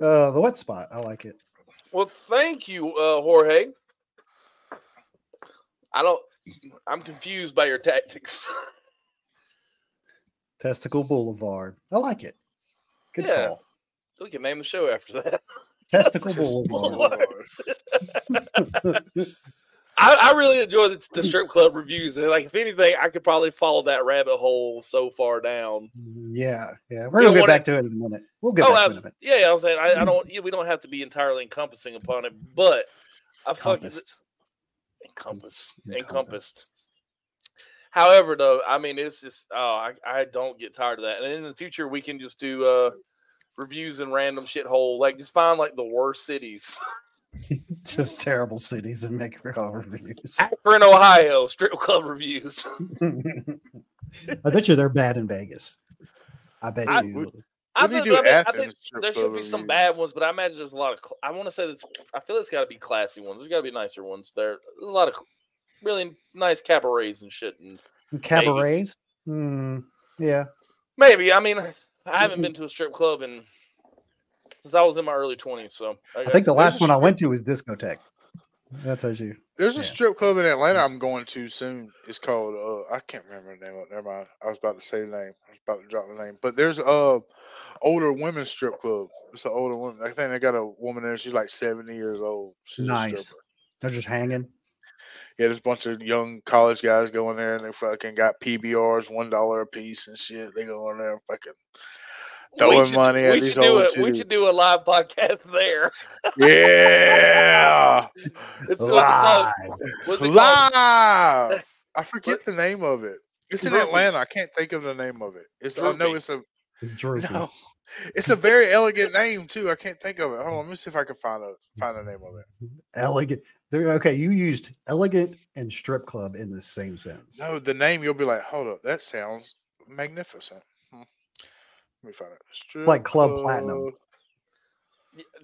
Uh, the wet spot. I like it.
Well, thank you, uh, Jorge. I don't. I'm confused by your tactics.
Testicle Boulevard. I like it. Good
Yeah.
call.
we can name the show after that.
Testicle
Just-
Boulevard.
I, I really enjoy the, the strip club reviews, and like if anything, I could probably follow that rabbit hole so far down.
Yeah, yeah. We're gonna
You don't
get
wanna-
back to it in a minute. We'll get
Oh,
back to it in a
abs-
minute.
yeah, yeah, I'm saying
Mm-hmm.
I, I don't. Yeah, we don't have to be entirely encompassing upon it, but I fucking
Compass.
encompass,
Encompass.
encompassed. However, though, I mean, it's just oh, I, I don't get tired of that. And in the future, we can just do uh reviews and random shithole, like just find like the worst cities.
Just terrible cities and make all reviews.
Akron, Ohio, strip club reviews.
I bet you they're bad in Vegas. I bet
I-
you.
I
What do you
bet,
do
but I, bet- I
Athens
think
strip
there should
club
be some
reviews?
bad ones, but I imagine there's a lot of. Cl- I want to say that's. I feel it's got to be classy ones. There's got to be nicer ones. There, there's a lot of cl- really nice cabarets and shit. And
And cabarets. Hmm. yeah.
maybe I mean, I haven't been to a strip club in since I was in my early twenties. So
I think the
there's a
last one I went to was discotheque. That tells you.
There's a
Yeah. Hmm.
strip club in Atlanta I'm going to soon. It's called uh I can't remember the name of it. Never mind. I was about to say the name. I was about to drop the name. But there's a older women's strip club. It's an older woman. I think they got a woman in there. She's like 70 years old. She's a
Nice.
stripper.
They're just hanging.
Yeah, there's a bunch of young college guys going there and they fucking got PBRs one dollar a piece and shit. They go in there and fucking throwing money at
we
these
should do
old
a, we
dudes.
should do a live podcast there.
Yeah,
It's what's it called?
live,
What's it called?
live. I forget the name of it. It's in
Groupies.
Atlanta. I can't think of the name of it. It's I know
Groupie.
it's a
Droopy.
no, it's a very elegant name too. I can't think of it. Hold on, let me see if I can find a find the name of it.
Elegant. There- Okay, you used elegant and strip club in the same sense.
No, the name you'll be like, hold up, that sounds magnificent. Hmm. Let me find it.
It's like Club Platinum.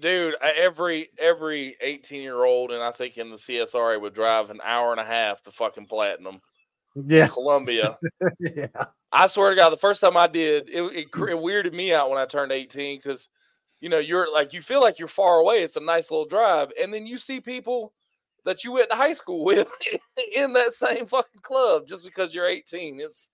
Dude, I- every every 18 year old and I think in the CSRA would drive an hour and a half to fucking platinum.
Yeah,
Columbia.
yeah.
I swear to God, the first time I did, it, it,
Hmm.
cr- it weirded me out when I turned 18 because, you know, you're like, you feel like you're far away. It's a nice little drive. And then you see people that you went to high school with in that same fucking club just because you're 18. It's,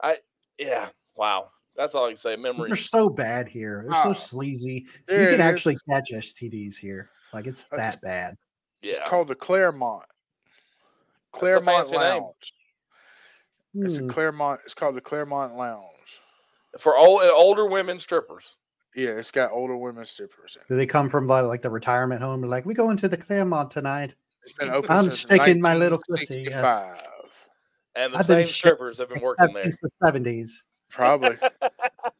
I, yeah, wow. That's all I can say.
They're
Memories.
so bad here. They're so
Oh,
sleazy.
there
you
it
can
is.
actually catch STDs here. Like it's
That's-
that bad.
Yeah.
It's called the Claremont.
a
Claremont
fancy name.
Lounge. It's a
Hmm.
Claremont. It's called the Claremont Lounge.
For old, older women strippers.
Yeah, it's got older women strippers. In it.
Do they come from like, like the retirement home? They're like, we go into the Claremont tonight.
It's been open.
I'm
since
sticking my little pussy, yes.
1965.
And the
I've been
same
sh-
strippers have been working
Except
there.
It's the seventies.
Probably.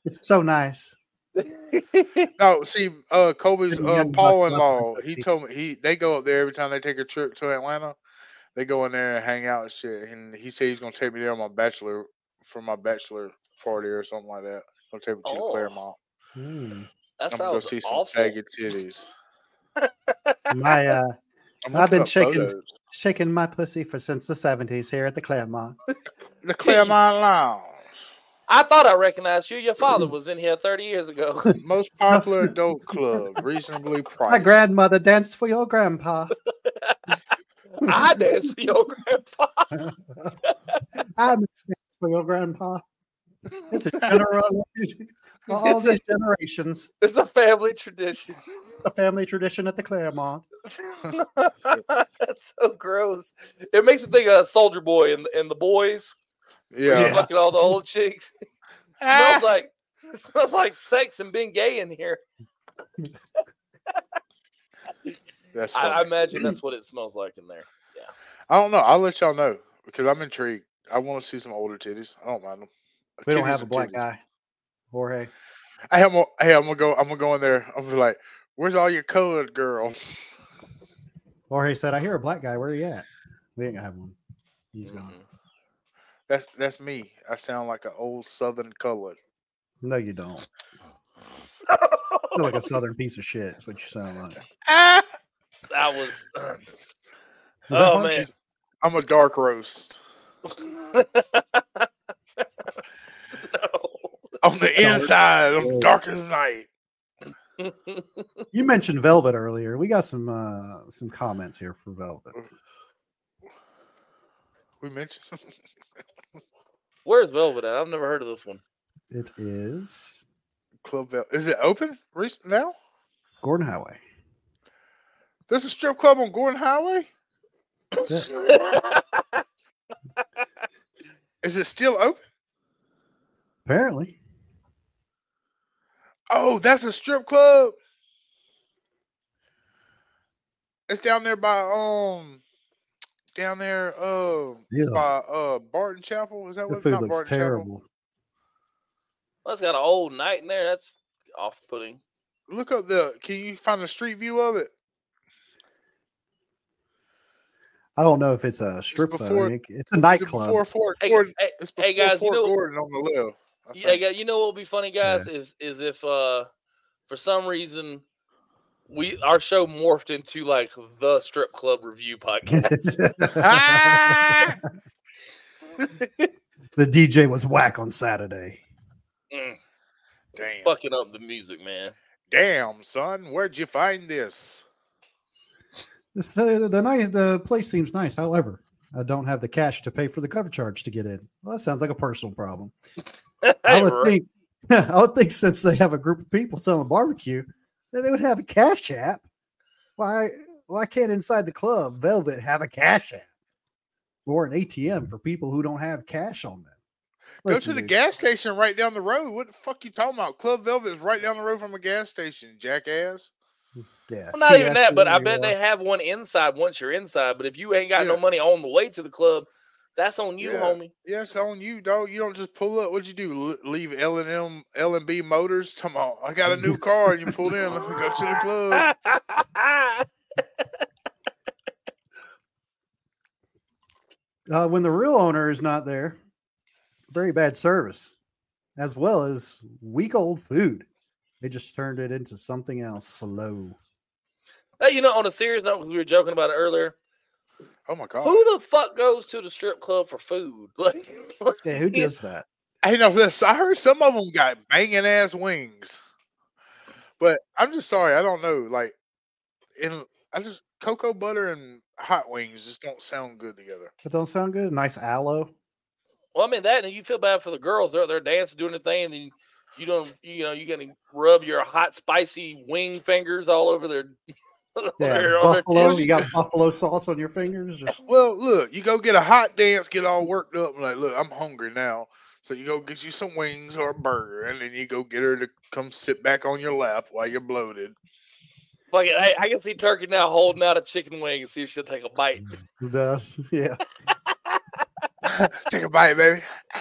It's so nice.
No, see, uh, Kobe's
Them
uh,
young bucks love their
Paul-in-law. He
pussy.
told me he they go up there every time they take a trip to Atlanta. They go in there and hang out and shit. And he said he's gonna take me there on my bachelor for my bachelor party or something like that. Gonna take me to
Oh,
the Claremont.
Hmm.
That
I'm gonna go
sounds
see some
awful.
saggy titties.
My uh I've
I'm looking
been
up
shaking-
photos.
shaking my pussy for since the seventies here at the Claremont.
the Claremont Lounge.
I thought I recognized you. Your father was in here 30 years ago.
Most popular adult club,
My
reasonably priced.
grandmother danced for your grandpa.
I danced for your grandpa.
I danced for your grandpa. It's a general for all
It's a-
these generations.
It's a family tradition.
A family tradition at the Claremont.
That's so gross. It makes me think of Soldier Boy and, and the boys. where he's
yeah. Ah.
fucking all the old chicks. smells like it smells like sex and being gay in here.
That's
I, I
funny.
imagine that's what it smells like in there.
I don't know. I'll let y'all know because I'm intrigued. I want to see some older titties. I don't mind them.
We don't
Titties
have
are
a black
titties.
guy. Jorge.
Hey, I'm gonna, hey, I'm gonna go. I'm gonna go in there. I'm gonna be like, "Where's all your colored girls?"
Jorge said, I hear a black guy. Where are you at? We ain't gonna have one. He's gone.
Mhm.
That's that's me. I sound like an old Southern colored.
No, you don't.
Mm-hmm.
You're like a southern piece of shit. That's what you sound like. Is
Ah!
That was
that
Oh,
harsh?
man.
I'm a dark roast on the
Dark
inside. I'm
roast.
dark as night.
no.
You mentioned Velvet earlier. We got some uh some comments here for Velvet.
We mentioned.
Where's Velvet at? I've never heard of this one.
It is
Club Vel- is it open recent now?
Gordon Highway.
There's a strip club on Gordon Highway. Is it still open?
Apparently.
Oh, that's a strip club. It's down there by um, down there um
Yeah.
by uh Barton Chapel. Is that
The
what?
Oh. food
not
looks
Barton Chapel.
terrible.
That's got an old night in there. That's off putting.
Look up the. Can you find the street view of it?
I don't know if it's a strip
before-
club. It- It's a
It's
nightclub.
Before Fort
Hey,
Gordon.
hey,
It's
hey,
before
guys, you
Fort
know-
Gordon on the left. I
Yeah,
think.
yeah, you know what would be funny, guys, is is if uh for some reason we our show morphed into like the strip club review podcast.
Ah!
the DJ was whack on Saturday.
Mm,
Damn,
fucking up the music, man.
damn, son, where'd you find this?
This, uh, the nice, the place seems nice. However, I don't have the cash to pay for the cover charge to get in. Well, that sounds like a personal problem. I would
Right.
think. I would think since they have a group of people selling barbecue, that they would have a cash app. Why? Why can't inside the club Velvet have a cash app or an ATM for people who don't have cash on them?
Go to
Listen,
the
dude,
gas station right down the road. What the fuck you talking about? Club Velvet is right down the road from a gas station, jackass.
Yeah,
Well, not even that, but I
TSC
bet
or-
they have one inside once you're inside. But if you ain't got no
Yeah.
money on the way to the club, that's on you,
Yeah.
homie.
Yeah, it's on you, dog. You don't just pull up. What'd you do? L- leave L and M L and B Motors? Come on, I got a new car. and You pulled in. Let me go to the club.
uh, when the real owner is not there, very bad service, as well as week old food. They just turned it into something else slow.
Hey, you know, on a serious note, because we were joking about it earlier,
Oh my god.
who the fuck goes to the strip club for food? Like,
Yeah, who
Yeah.
does that?
Hey, no, this I heard some of them got banging ass wings, but I'm just sorry, I don't know. Like, in I just cocoa butter and hot wings just don't sound good together.
That don't sound good. Nice aloe.
well, I mean that, and you feel bad for the girls. They're they're dancing, doing their thing, and then you don't, you know, you're gonna rub your hot, spicy wing fingers all over their, all
Yeah,
their- all their
buffalo.
tits.
You got buffalo sauce on your fingers. Just
Well, look, you go get a hot dance, get all worked up, and like, look, I'm hungry now. So you go get you some wings or a burger, and then you go get her to come sit back on your lap while you're bloated.
Fuck it, I, I can see Turkey now holding out a chicken wing and see if she'll take a bite.
does. Yeah.
Take a bite, baby.
Oh,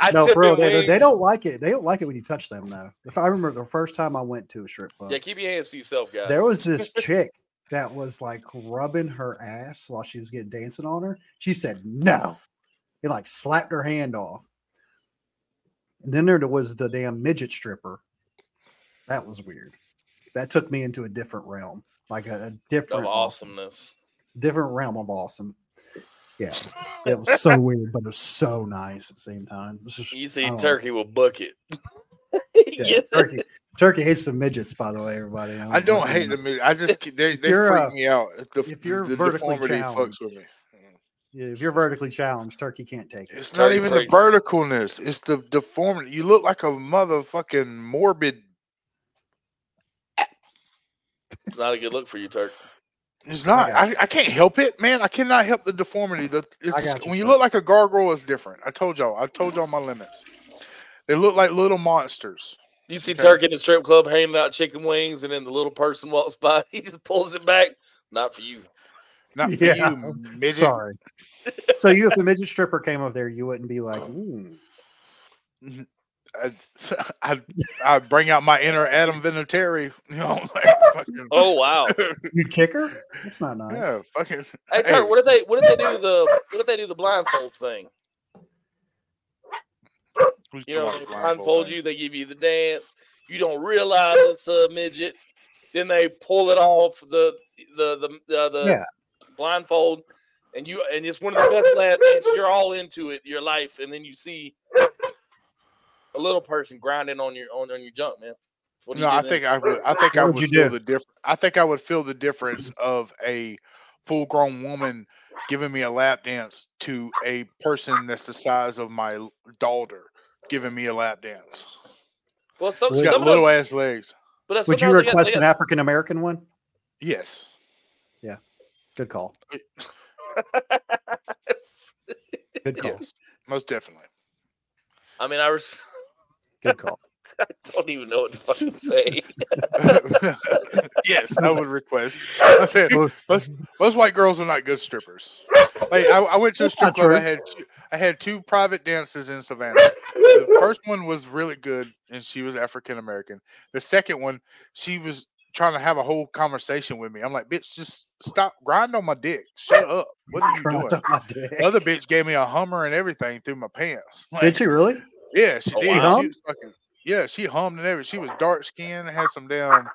I
no,
tip
for real,
them
they, they- they
wings.
don't like it. They don't like it when you touch them, though. If I remember the first time I went to a strip club,
Yeah, keep your hands to yourself, guys.
there was this chick that was like rubbing her ass while she was getting dancing on her. She said no, and like slapped her hand off. And then there was the damn midget stripper. That was weird. That took me into a different realm, like a, a different
of awesomeness.
different realm of awesome. Yeah, it was so weird, but it was so nice at the same time. It was just-
You
I
see,
don't know.
Turkey will book it.
Um, Yeah,
Yes.
turkey, turkey hates the midgets, by the way, everybody.
I don't
know.
hate them. either. I just ke- they they
you're,
freak
uh,
me out. The, f-
if you're
the
vertically
deformity fucks
challenged,
with me.
eh, Yeah, if you're vertically challenged, turkey can't take it.
It's not
Turkey
even
crazy.
the verticalness. It's the deformity. You look like a motherfucking morbid.
It's not a good look for you, Turk.
It's not.
got
I, I, can't help it, man. I cannot help the deformity. The it's,
got you,
when you
Turk.
look like a gargoyle, it's different. I told y'all. I told y'all my limits. They look like little monsters.
You see
Okay.
Turk in the strip club handing out chicken wings, and then the little person walks by. He just pulls it back. Not for you.
Not for
Yeah,
you, midget.
Sorry. so you, if the midget stripper came up there, you wouldn't be
Oh.
like, "Ooh,
I, I, I bring out my inner Adam Vinatieri. You know, like fucking.
Oh wow!
you'd kick her." That's not nice.
Yeah, fucking.
Hey, Turk, what did they? What did they do? The what did they do? The blindfold thing.
Who's
You know,
doing
they
the
blindfold
thing?
you. They give you the dance. You don't realize it's a midget. Then they pull it off the the the uh, the
Yeah.
blindfold, and you and it's one of the best lap dances. You're all into it, your life, and then you see a little person grinding on your on, on your junk, man. What do you
No,
do
I
then?
think I would. I think I
What would
would
you
feel
do?
the difference. I think I would feel the difference of a full-grown woman giving me a lap dance to a person that's the size of my l- daughter giving me a lap dance.
Well, some,
She's
some
got
of
little
them-
ass legs.
But
Would you
sometimes they got-
request
they
an
got-
African American one?
Yes.
Good call. Good call.
Yes. Most definitely.
I mean, I, was,
Good call.
I don't even know what to fucking say.
yes, I would request. I said, most, most white girls are not good strippers. Like I, I went to a
That's not
strip club. I
true.
had two, I had two private dances in Savannah. The first one was really good, and she was African American. The second one, she was trying to have a whole conversation with me. I'm like, bitch, just stop, grind on my dick. Shut up. What are you
Trying
doing?
to my dick.
The other bitch gave me a Hummer and everything through my pants. Like,
Did you really?
yeah, she
Oh,
did.
wow.
She was fucking, yeah, she hummed and everything. She was dark skinned, had some damn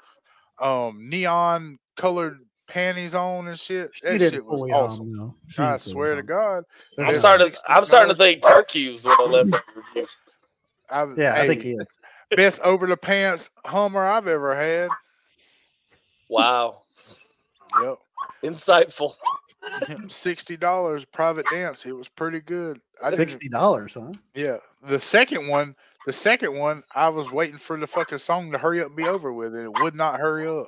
um neon colored panties on and shit.
She
that
didn't
shit was
fully
awesome.
home, though. She
I
didn't fully um,
swear to
hum.
God.
There's
I'm
a-
Yes.
starting to,
Sixteen
I'm starting to
dollars.
think Turkey was the one I left. that review.
I,
Yeah, I think
hey,
he is.
best over the pants Hummer I've ever had.
Wow,
Yep.
insightful.
Sixty dollars private dance. It was pretty good. I didn't-
Sixty dollars, huh?
Yeah. The second one, the second one, I was waiting for the fucking song to hurry up and be over with, and it would not hurry up.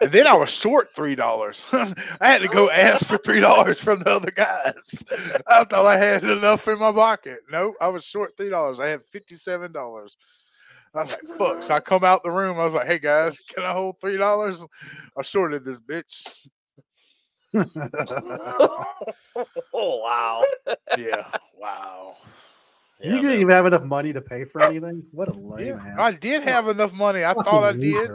And then I was short three dollars. I had to go ask for three dollars from the other guys. I thought I had enough in my pocket. Nope, I was short three dollars. I had fifty-seven dollars. I was like, "Fuck!" So I come out the room. I was like, "Hey guys, can I hold three dollars?" I shorted this bitch.
oh wow.
Yeah. Wow.
you didn't even have enough money to pay for anything. What a lame
Yeah,
ass.
I did have enough money. I thought I did.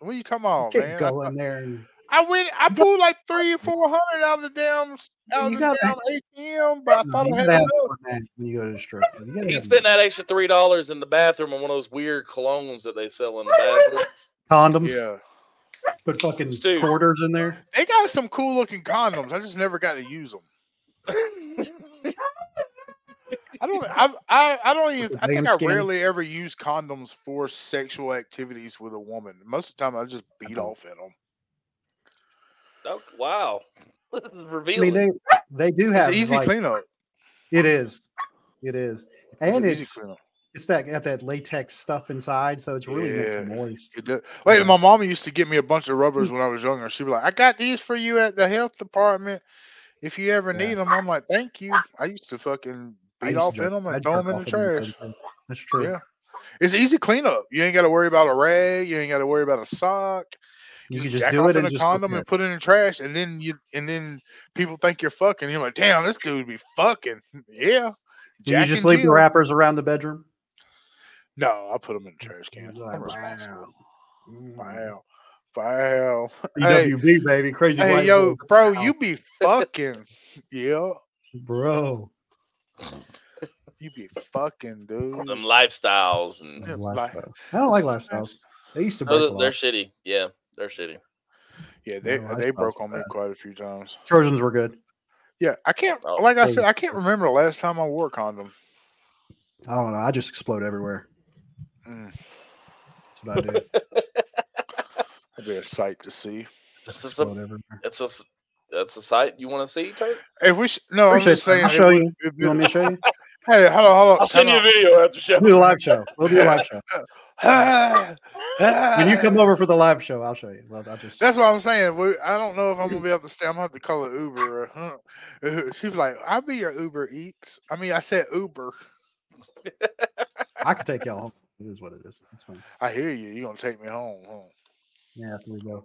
What are you talking about,
Get
man? I
go
thought-
in there and
I went. I pulled like three or four hundred out of the damn s- out of
You
the
gotta-
damn ATM, but I
No,
thought
you
I had
gotta have
enough.
more than that when you go to the strip club. You gotta
He
have
spent that extra three dollars in the bathroom on one of those weird colognes that they sell in the bathrooms.
condoms.
Yeah,
Put fucking
Stu.
quarters in there.
they got some cool looking condoms. I just never got to use them. I don't. I I, I don't even.
the
I think
damn
I
skin.
rarely ever use condoms for sexual activities with a woman. Most of the time, I just beat off in them.
Oh, wow, this is
I
revealing.
mean, they they do
It's
have
easy
like,
cleanup.
It is, it is,
an
and
easy
it's
cleanup.
it's that got that latex stuff inside, so it's really makes
Yeah.
it moist.
It do- Like my
Yes. Mm.
mama used to get me a bunch of rubbers when I was younger. She'd be like, "I got these for you at the health department. If you ever
Yeah.
need them." I'm like, "Thank you." I used to fucking
I
beat
used to
off in
jerk-
them
I'd
and throw
jerk
them in the
off in
trash.
them. That's true.
Yeah, it's easy cleanup. You ain't got to worry about a rag. You ain't got to worry about a sock.
You can
jack
just do
off
it
in
and
a
just look
condom
good.
and put it in the trash, and then you and then people think you're fucking. You're like, "Damn, this dude be fucking." Yeah.
Do you
Jack
just
and
leave the
Jill.
wrappers around the bedroom.
No, I put them in the trash can.
You're like,
I'm responsible.
wow. Mm.
Wow. Wow. Hey.
EWB baby, crazy.
Hey,
white
yo,
boys.
bro,
now.
you be fucking. yeah,
bro.
you be fucking, dude.
Them lifestyles and
Yeah, like-
Lifestyle. I don't like lifestyles. They used to break
Oh,
a
they're
lot.
shitty. Yeah, they're shitty.
Yeah, they
Yeah,
they
lifestyles
broke
are
on me
bad.
quite a few times.
Trojans were good.
Yeah, I can't.
Oh,
Like I
hey.
said, I can't remember the last time I wore a condom.
I don't know. I just explode everywhere.
Mm,
That's what I do.
that'd be a sight to see.
Just
This is
explode
a,
everywhere.
that's a s- that's a sight you want to see, Turk.
If we, sh- no, I'm
Appreciate
just
that.
saying.
I'll
it
show
would-
you.
it'd be-
You want me to show you?
Hey, hold on, hold on.
I'll send you a
time
video after the show.
We'll do a live show. We'll do a live show.
out.
When you come over for the live show, I'll show you. Well, I'll just,
That's what I'm saying. We, I don't know if I'm gonna be able to stay. I'm gonna have to call an Uber. Huh? She's like, "I'll be your Uber Eats." I mean, I said Uber.
I can take y'all home. It is what it is. It's fine.
I hear you. You're gonna take me home. Huh?
Yeah, after we go.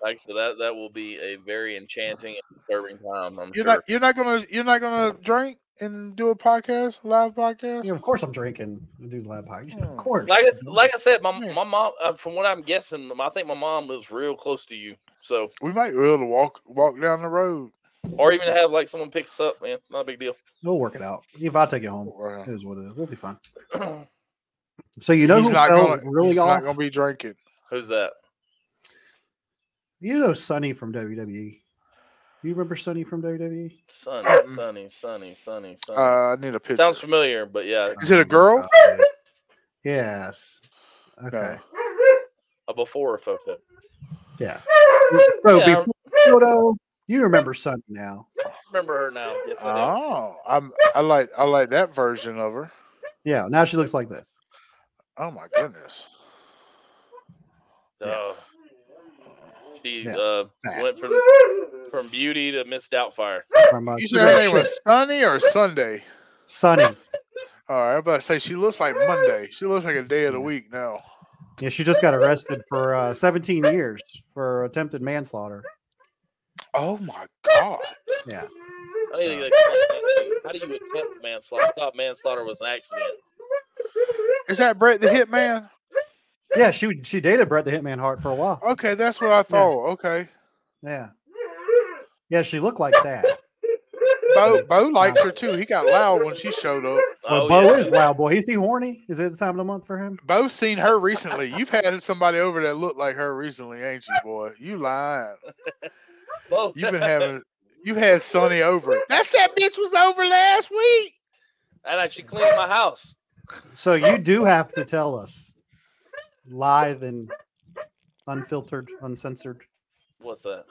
Like so that that will be a very enchanting and disturbing time. I'm sure.
You're not. You're not gonna. You're not gonna drink and do a podcast, live podcast.
Yeah, of course I'm drinking. I do the live podcast. Of
Hmm.
course.
like I, like I said, my
Yeah.
my mom. Uh, from what I'm guessing, I think my mom lives real close to you. So,
We might be able to walk walk down the road.
or even have like someone pick us up, man. Not a big deal.
we'll work it out. If I take you home,
Wow.
it is what it is. We'll be fine. So you know
he's
who
not
fell
gonna.
really
he's
off?
not gonna be drinking.
Who's that?
You know Sonny from WWE. You remember Sonny from E? WWE?
Sunny,
Mm-mm.
sunny, sunny, sunny, sunny.
Uh, I need a picture.
Sounds familiar, but yeah,
Is it a
Oh my
girl?
God, dude. yes. Okay.
a before photo.
Yeah. So
Yeah.
before Photo, you remember Sonny now.
Remember her now? Yes, I
Oh, I'm. I like. I like that version of her.
Yeah. Now she looks like this.
Oh my goodness.
do.
yeah.
Oh. She
Yeah.
uh,
Nah.
went from from beauty to Miss Doubtfire.
From, uh,
You said her name was Sunny or Sunday.
Sonny.
All right, I'm about to say she looks like Monday. She looks like a day of the
Yeah.
week now.
Yeah, she just got arrested for uh, 17 years for attempted manslaughter.
Oh my god.
Yeah.
I
Uh.
need to get a- How do you attempt manslaughter? I thought manslaughter was an accident.
Is that Brett the Hitman?
Yeah, she she dated Brett the Hitman Hart for a while.
Okay, that's what I thought. Okay.
Yeah. Yeah, she looked like that.
Bo Bo likes her too. He got loud when she showed up.
But
Oh,
Bo
yeah.
is loud boy. Is he horny? Is it the time of the month for him?
Bo seen her recently. You've had somebody over that looked like her recently, ain't you, boy? You lying.
Bo-
You've been having you had Sonny over. That's that bitch was over last week.
and I, she cleaned my house.
So you do have to tell us live and unfiltered, uncensored.
What's that?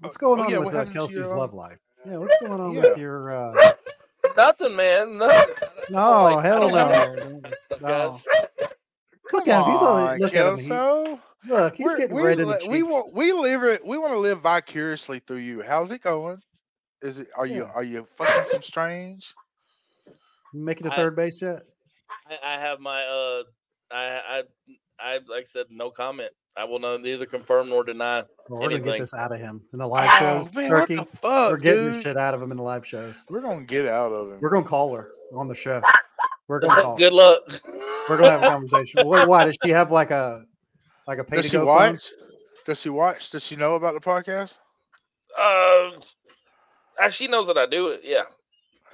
What's going
oh,
on
yeah, what
with uh,
happened to your,
Kelsey's
um,
love life? Yeah, what's going on with your? Uh...
Nothing, man. Nothing.
Oh,
No,
like, I
hell
don't have
no.
stuff,
No.
guys.
Look
Come
at him. He's all
on,
look at him. He-
Kelso.
Look, he's
We're-
getting
we
red in
li-
the cheeks.
We want we live it. We want to live vicariously through you. How's it going? Is it? Are you?
Yeah.
Are you fucking some strange?
You make it to
I-
third base yet?
I, I have my uh, I, I I like I said, no comment. I will not neither confirm nor deny.
Well, we're gonna get
anything.
this out of him in the live
Oh,
shows.
man,
Turkey,
what the fuck,
we're getting
dude?
the shit out of him in the live shows.
We're gonna get out of him.
We're gonna call her on the show. We're gonna call.
Good luck.
We're gonna have a conversation. Wait, why does she have like a like a pay
Does
to
she
go
watch?
phone?
Does she watch? Does she know about the podcast?
Uh, uh, she knows that I do it. Yeah.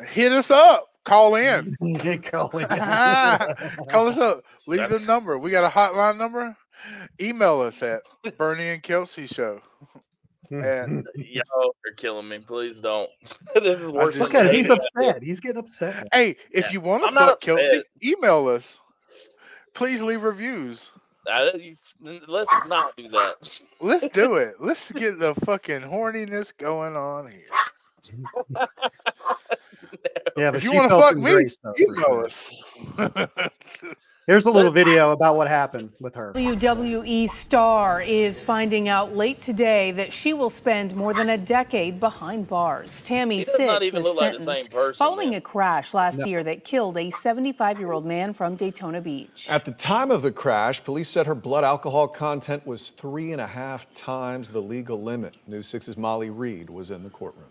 Hit us up. Call in.
Yeah, call in.
Call us up. Leave the
That's-
number. We got a hotline number. Email us at Bernie and Kelsey Show. And
Yo, you're killing me. Please don't. this is worse.
just-
Look
than
at him. He's
dating.
upset. He's getting upset.
hey,
Yeah.
if you want to
I'm not
fuck Kelsey,
upset.
email us. Please leave reviews.
I- you- let's not do that.
Let's do it. Let's get the fucking horniness going on here.
Yeah, but
If you
she
wanna
felt
fuck me,
embraced though. for
Email
sure.
us.
Here's a little video about what happened with her.
WWE E star is finding out late today that she will spend more than a decade behind bars. Tammy
He does not
Sitt
even
was
look like the same
sentenced
person,
following
man.
a crash last
No.
year that killed a 75-year-old man from Daytona Beach.
At the time of the crash, police said her blood alcohol content was three and a half times the legal limit. News 6's Molly Reed was in the courtroom.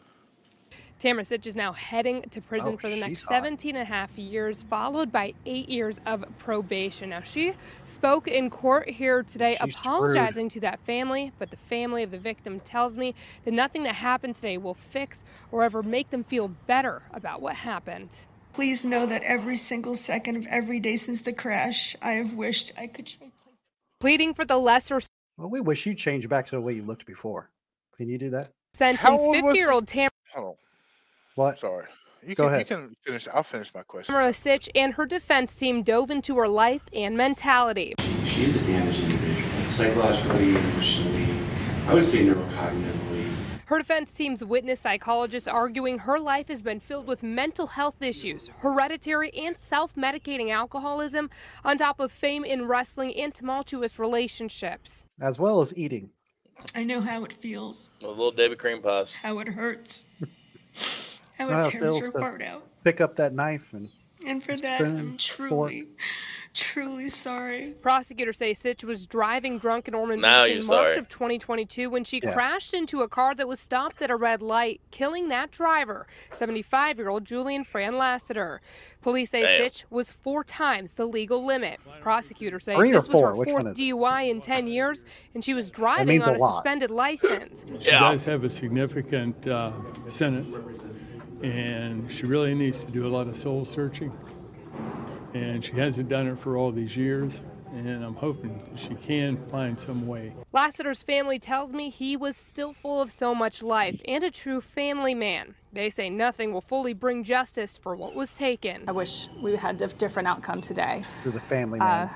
Tamara Sitch is now heading to prison
Oh,
for the
she's
next
hot.
17 and a half years, followed by eight years of probation. Now, she spoke in court here today
She's screwed.
apologizing to that family, but the family of the victim tells me that nothing that happened today will fix or ever make them feel better about what happened.
Please know that every single second of every day since the crash, I have wished I could trade places.
Pleading for the lesser
Well, we wish you changed back to the way you looked before. Can you do that?
sentence,
old was
50 year old Tamara.
Hold on.
What?
Sorry. You
Go
can,
ahead.
you can finish. I'll finish my question.
Tamara Sitch and her defense team dove into her life and mentality.
She is a damaged individual, psychologically, emotionally, I would say neurocognitively.
Her defense team's witness psychologist arguing her life has been filled with mental health issues, hereditary and self medicating alcoholism, on top of fame in wrestling and tumultuous relationships.
As well as eating.
I know how it feels,
A little Debbie cream pies.
how it hurts, how
How
it
it feels
tears
to-
your heart out.
Pick up that knife and
And for
It's
that,
been
I'm
four-
truly, truly sorry.
Prosecutors say Sitch was driving drunk in Ormond
Now
Beach
you're
in March
sorry.
of 2022 when she
Yeah.
crashed into a car that was stopped at a red light, killing that driver, 75 year old Julian Fran Lassiter. Police say
Damn.
Sitch was four times the legal limit. Prosecutors say
Three or
this was
four?
her
Which one
fourth
is it?
DUI in 10 years, and she was driving
means a
on a,
lot.
suspended license.
yeah.
have a significant uh, sentence, and she really needs to do a lot of soul searching. And she hasn't done it for all these years, and I'm hoping she can find some way.
Lassiter's family tells me he was still full of so much life and a true family man. They say nothing will fully bring justice for what was taken.
I wish we had a different outcome today.
there's a family
uh,
man.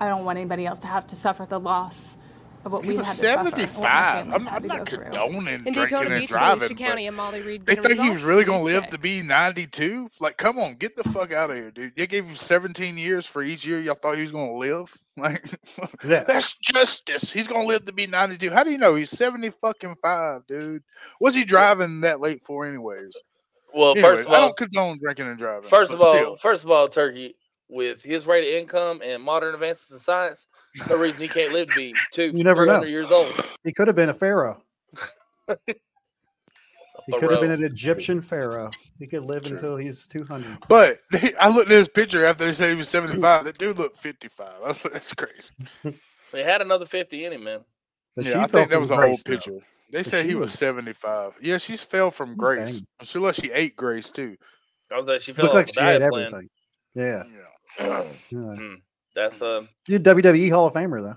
I don't want anybody else to have to suffer the loss of what
He
we had
was
to suffer. what my
75.
families
I'm,
had
I'm
to
not
go through.
condoning
In
drinking
Daytona
and
Beach,
driving.
Volusia
but
County, and Molly Reed.
they
the
think he
results,
was really going to
86.
live to be 92? Like, come on, get the fuck out of here, dude. They gave you 17 years for each year y'all thought he was going to live. Like,
Yeah.
that's justice. He's going to live to be 92. How do you know? He's 70 fucking five, dude. What's he driving that late for, anyways?
Well,
Anyways,
first of
I
all,
don't condone drinking and driving.
First
but
of all,
still.
first of all, Turkey, with his rate of income and modern advances in science, no reason he can't live to be two,
You never
300
know.
years old.
He could have been a pharaoh. he could have been
Pharaoh.
an Egyptian pharaoh. He could live
True.
until he's 200.
But they, I looked at his picture after they said he was 75. That dude looked 55. I was like, that's crazy.
He had another fifty in him, man.
But she
yeah, I
fell
think that
from
was an
grace,
old
though.
picture. They said
she
he was,
was-
75. Yeah, she's fell from
was
grace.
banging.
She looked she ate grace too.
I was like, she fell
Looked
off
like
the
she had
diet plan.
everything. Yeah. yeah.
That's uh,
You're a WWE Hall of Famer, though.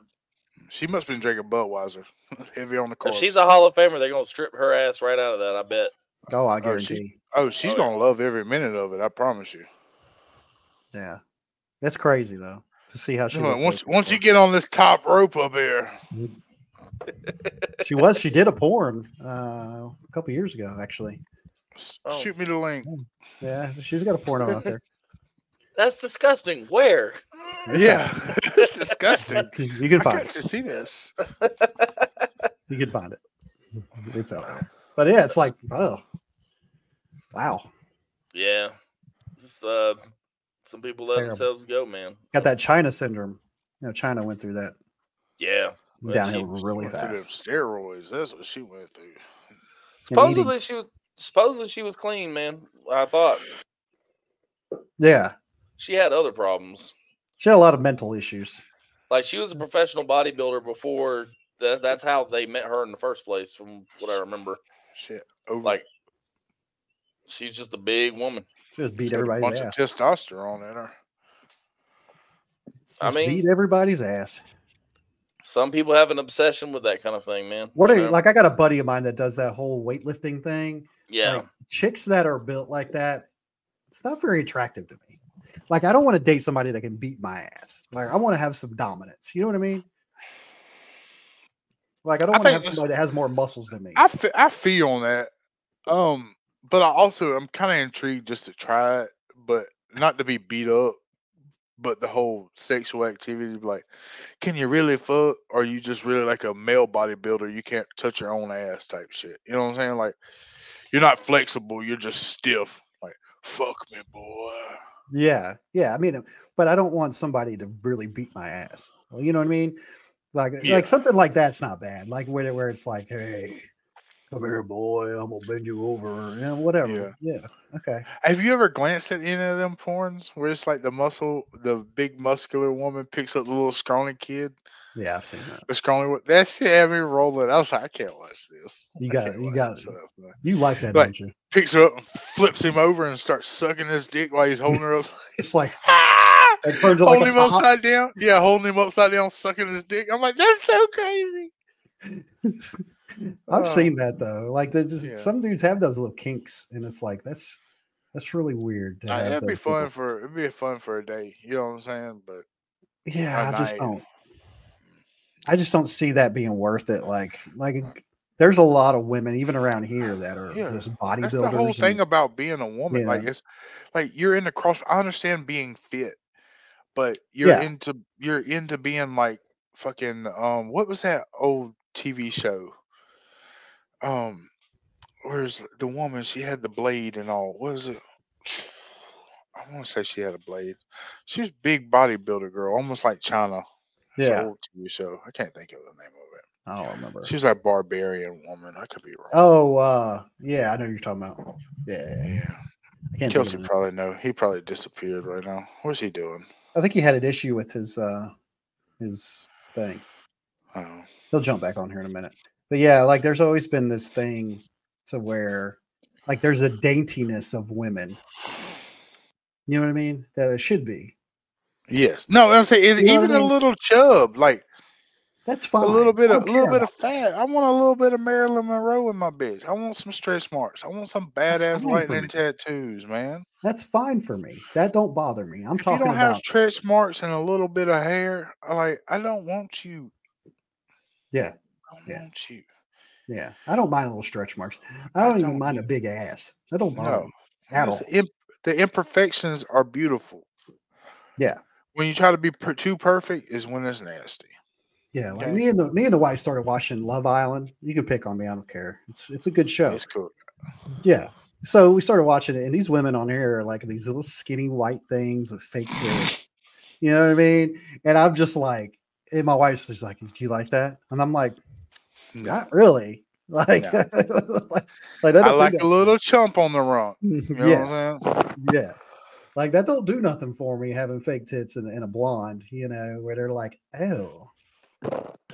She must have been drinking Budweiser. Heavy on the
if
court.
she's a Hall of Famer, they're gonna strip her ass right out of that. I bet.
Oh, I
Oh, she-
guarantee.
oh, she's
Oh, yeah.
gonna love every minute of it, I promise you.
yeah. That's crazy, though, to see how she
She's like,
looked
once
like
once you
before.
get on this top rope up here.
She was. She did a porn uh, a couple years ago, actually.
s-
Oh.
Shoot me the link.
Yeah, she's got a porno out there.
That's disgusting. Where?
yeah, it's disgusting.
You can
I
find
got
it.
to see this.
You can find it. It's out there. But yeah, it's like, oh, wow.
Yeah. Just, uh, some people
It's
let
terrible.
themselves go, man.
Got that China syndrome. You know, China went through that
Yeah. But
downhill
she-
really
Went through them
fast.
steroids. That's what she went through.
And eating.
Supposedly she was supposedly she was clean, man. I thought
Yeah.
she had other problems.
She had a lot of mental issues.
Like she was a professional bodybuilder before that, that's how they met her in the first place, from what I remember.
Shit. Over
Like she's just a big woman.
She just beat
Had a
everybody's
bunch of
ass.
testosterone in her.
I
Just
mean,
beat everybody's ass.
some people have an obsession with that kind of thing, man.
What
you
are you
know?
like? I got a buddy of mine that does that whole weightlifting thing.
Yeah.
Like, chicks that are built like that, it's not very attractive to me. Like, I don't want to date somebody that can beat my ass. Like, I want to have some dominance. You know what I mean? Like, I don't
I
want to have
think this-
somebody that has more muscles than me.
I fe- I feel on that. Um, but I also I'm kind of intrigued just to try it, but not to be beat up. But the whole sexual activity, like, can you really fuck? Or you just really like a male bodybuilder? You can't touch your own ass type shit. You know what I'm saying? Like, you're not flexible. You're just stiff. Like, fuck me, boy.
Yeah, yeah. I mean, but I don't want somebody to really beat my ass. Well, you know what I mean? Like,
Yeah.
like something like that's not bad. Like where where it's like, hey, come here, boy. I'm gonna bend you over. You know, whatever. Yeah. Okay.
Have you ever glanced at any of them porns where it's like the muscle, the big muscular woman picks up the little scrawny kid?
Yeah, I've seen that.
The scrawny one. That shit had me rolling. I was like, I can't watch this.
You
I
got
can't
it. You
watch
got
this
it.
stuff, man.
You like that,
Like-
don't you?
Picks her up and flips him over and starts sucking his dick while he's holding her up.
It's like
Ah!
it turns it like
holding
a
him
top.
upside down. Yeah, holding him upside down, sucking his dick. I'm like, that's so crazy.
I've
Uh,
seen that though. Like there's just
yeah.
some dudes have those little kinks, and it's like that's that's really weird. to
Uh,
have
it'd be
those people.
fun for it'd be fun for a day. You know what I'm saying? But
Yeah,
a
I just
night. Mm.
don't. I just don't see that being worth it. Like, like there's a lot of women even around here that are
Yeah,
just
That's
bodybuilders.
the whole thing
and-
about being a woman.
Yeah.
Like it's like you're in the cross. I understand being fit, but you're
Yeah.
into you're into being like fucking um what was that old TV show? Um where's the woman? She had the blade and all. What is it? I want to say she had a blade. She was big bodybuilder girl, almost like China. It's an
yeah,
old TV show. I can't think of the name of it.
I don't remember.
She was like barbarian woman. I could be wrong.
Oh, uh, yeah, I know who you're talking about. Yeah, yeah, yeah.
Yeah.
I can't.
Kelsey
Think of it.
probably know. He probably disappeared right now. What's he doing?
I think he had an issue with his uh his thing.
I don't know.
he'll jump back on here in a minute. But yeah, like there's always been this thing to where like there's a daintiness of women. You know what I mean? That it should be.
Yes. No, I'm saying is
You know what
even
I mean?
a little chub, like
That's fine.
a little bit
I
of a
don't
little
care
bit
about
of fat. I want a little bit of Marilyn Monroe in my bitch. I want some stretch marks. I want some badass
fine for me.
lightning tattoos, man.
That's fine for me. That don't bother me. I'm
If you
talking
don't have
about
stretch marks and a little bit of hair, I like I don't want you.
yeah,
I don't
Yeah.
want you.
yeah. I don't mind little stretch marks. I don't, even
don't
mind a big ass. That don't bother
No.
me at
It's
all.
imp- the imperfections are beautiful.
Yeah,
When you try to be per- too perfect, is when it's nasty.
yeah. Like
Okay.
me and the me and the wife started watching Love Island. You can pick on me. I don't care. It's it's a good show.
It's cool.
Yeah. So we started watching it, and these women on here are like these little skinny white things with fake tits. You know what I mean? And I'm just like, and my wife's just like, "Do you like that?" And I'm like,
No.
"Not really." Like,
No.
like, like that
I
don't do
like
nothing.
a little chump on the rump. You know
yeah,
what I'm saying?
yeah. Like that don't do nothing for me having fake tits and, and a blonde. You know where they're like, "Oh,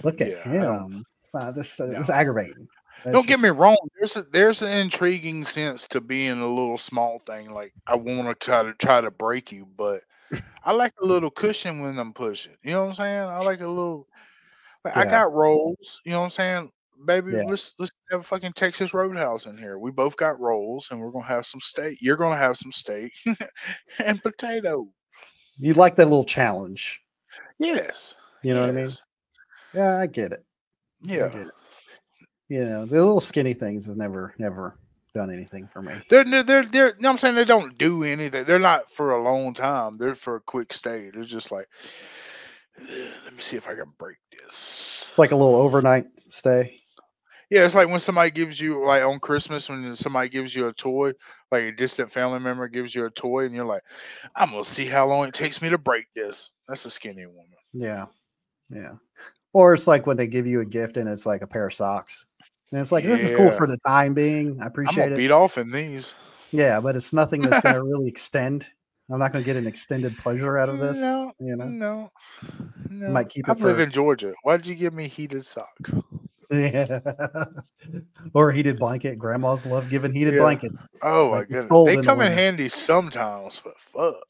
look at
Yeah, I don't-
him." Nah, this uh,
No.
it's aggravating. That's
Don't get
just-
me wrong. There's a, there's an intriguing sense to being a little small thing. Like I want to try to try to break you, but I like a little cushion when I'm pushing. You know what I'm saying? I like a little. Like, I
Yeah.
got rolls. You know what I'm saying? Baby,
Yeah.
let's let's have a fucking Texas Roadhouse in here. We both got rolls, and we're gonna have some steak. You're gonna have some steak and potato.
You like that little challenge?
Yes.
You know what I mean?
yes,
Yeah, I get it. I
Yeah.
get it. You know, the little skinny things have never, never. done anything for me.
They're they're they're, they're you know what I'm saying they don't do anything. They're not for a long time. They're for a quick stay. They're just like let me see if I can break this.
It's like a little overnight stay.
Yeah, it's like when somebody gives you like on Christmas when somebody gives you a toy, like a distant family member gives you a toy, and you're like, "I'm gonna see how long it takes me to break this." That's a skinny woman.
Yeah, yeah. Or it's like when they give you a gift and it's like a pair of socks, and it's like this is cool
Yeah.
for the time being. I
I'm
appreciate
gonna
it.
beat off in these.
Yeah, but it's nothing that's going to really extend. I'm not going to get an extended pleasure out of this.
No,
you know,
no, no.
might keep
I
it
live
for-
in Georgia. Why'd you give me heated socks?
Yeah. or heated blanket. Grandmas love giving heated
Mm. Yeah.
blankets.
Oh my
Like, it's
goodness,
cold
they
in the
come in
winter.
handy sometimes, but fuck.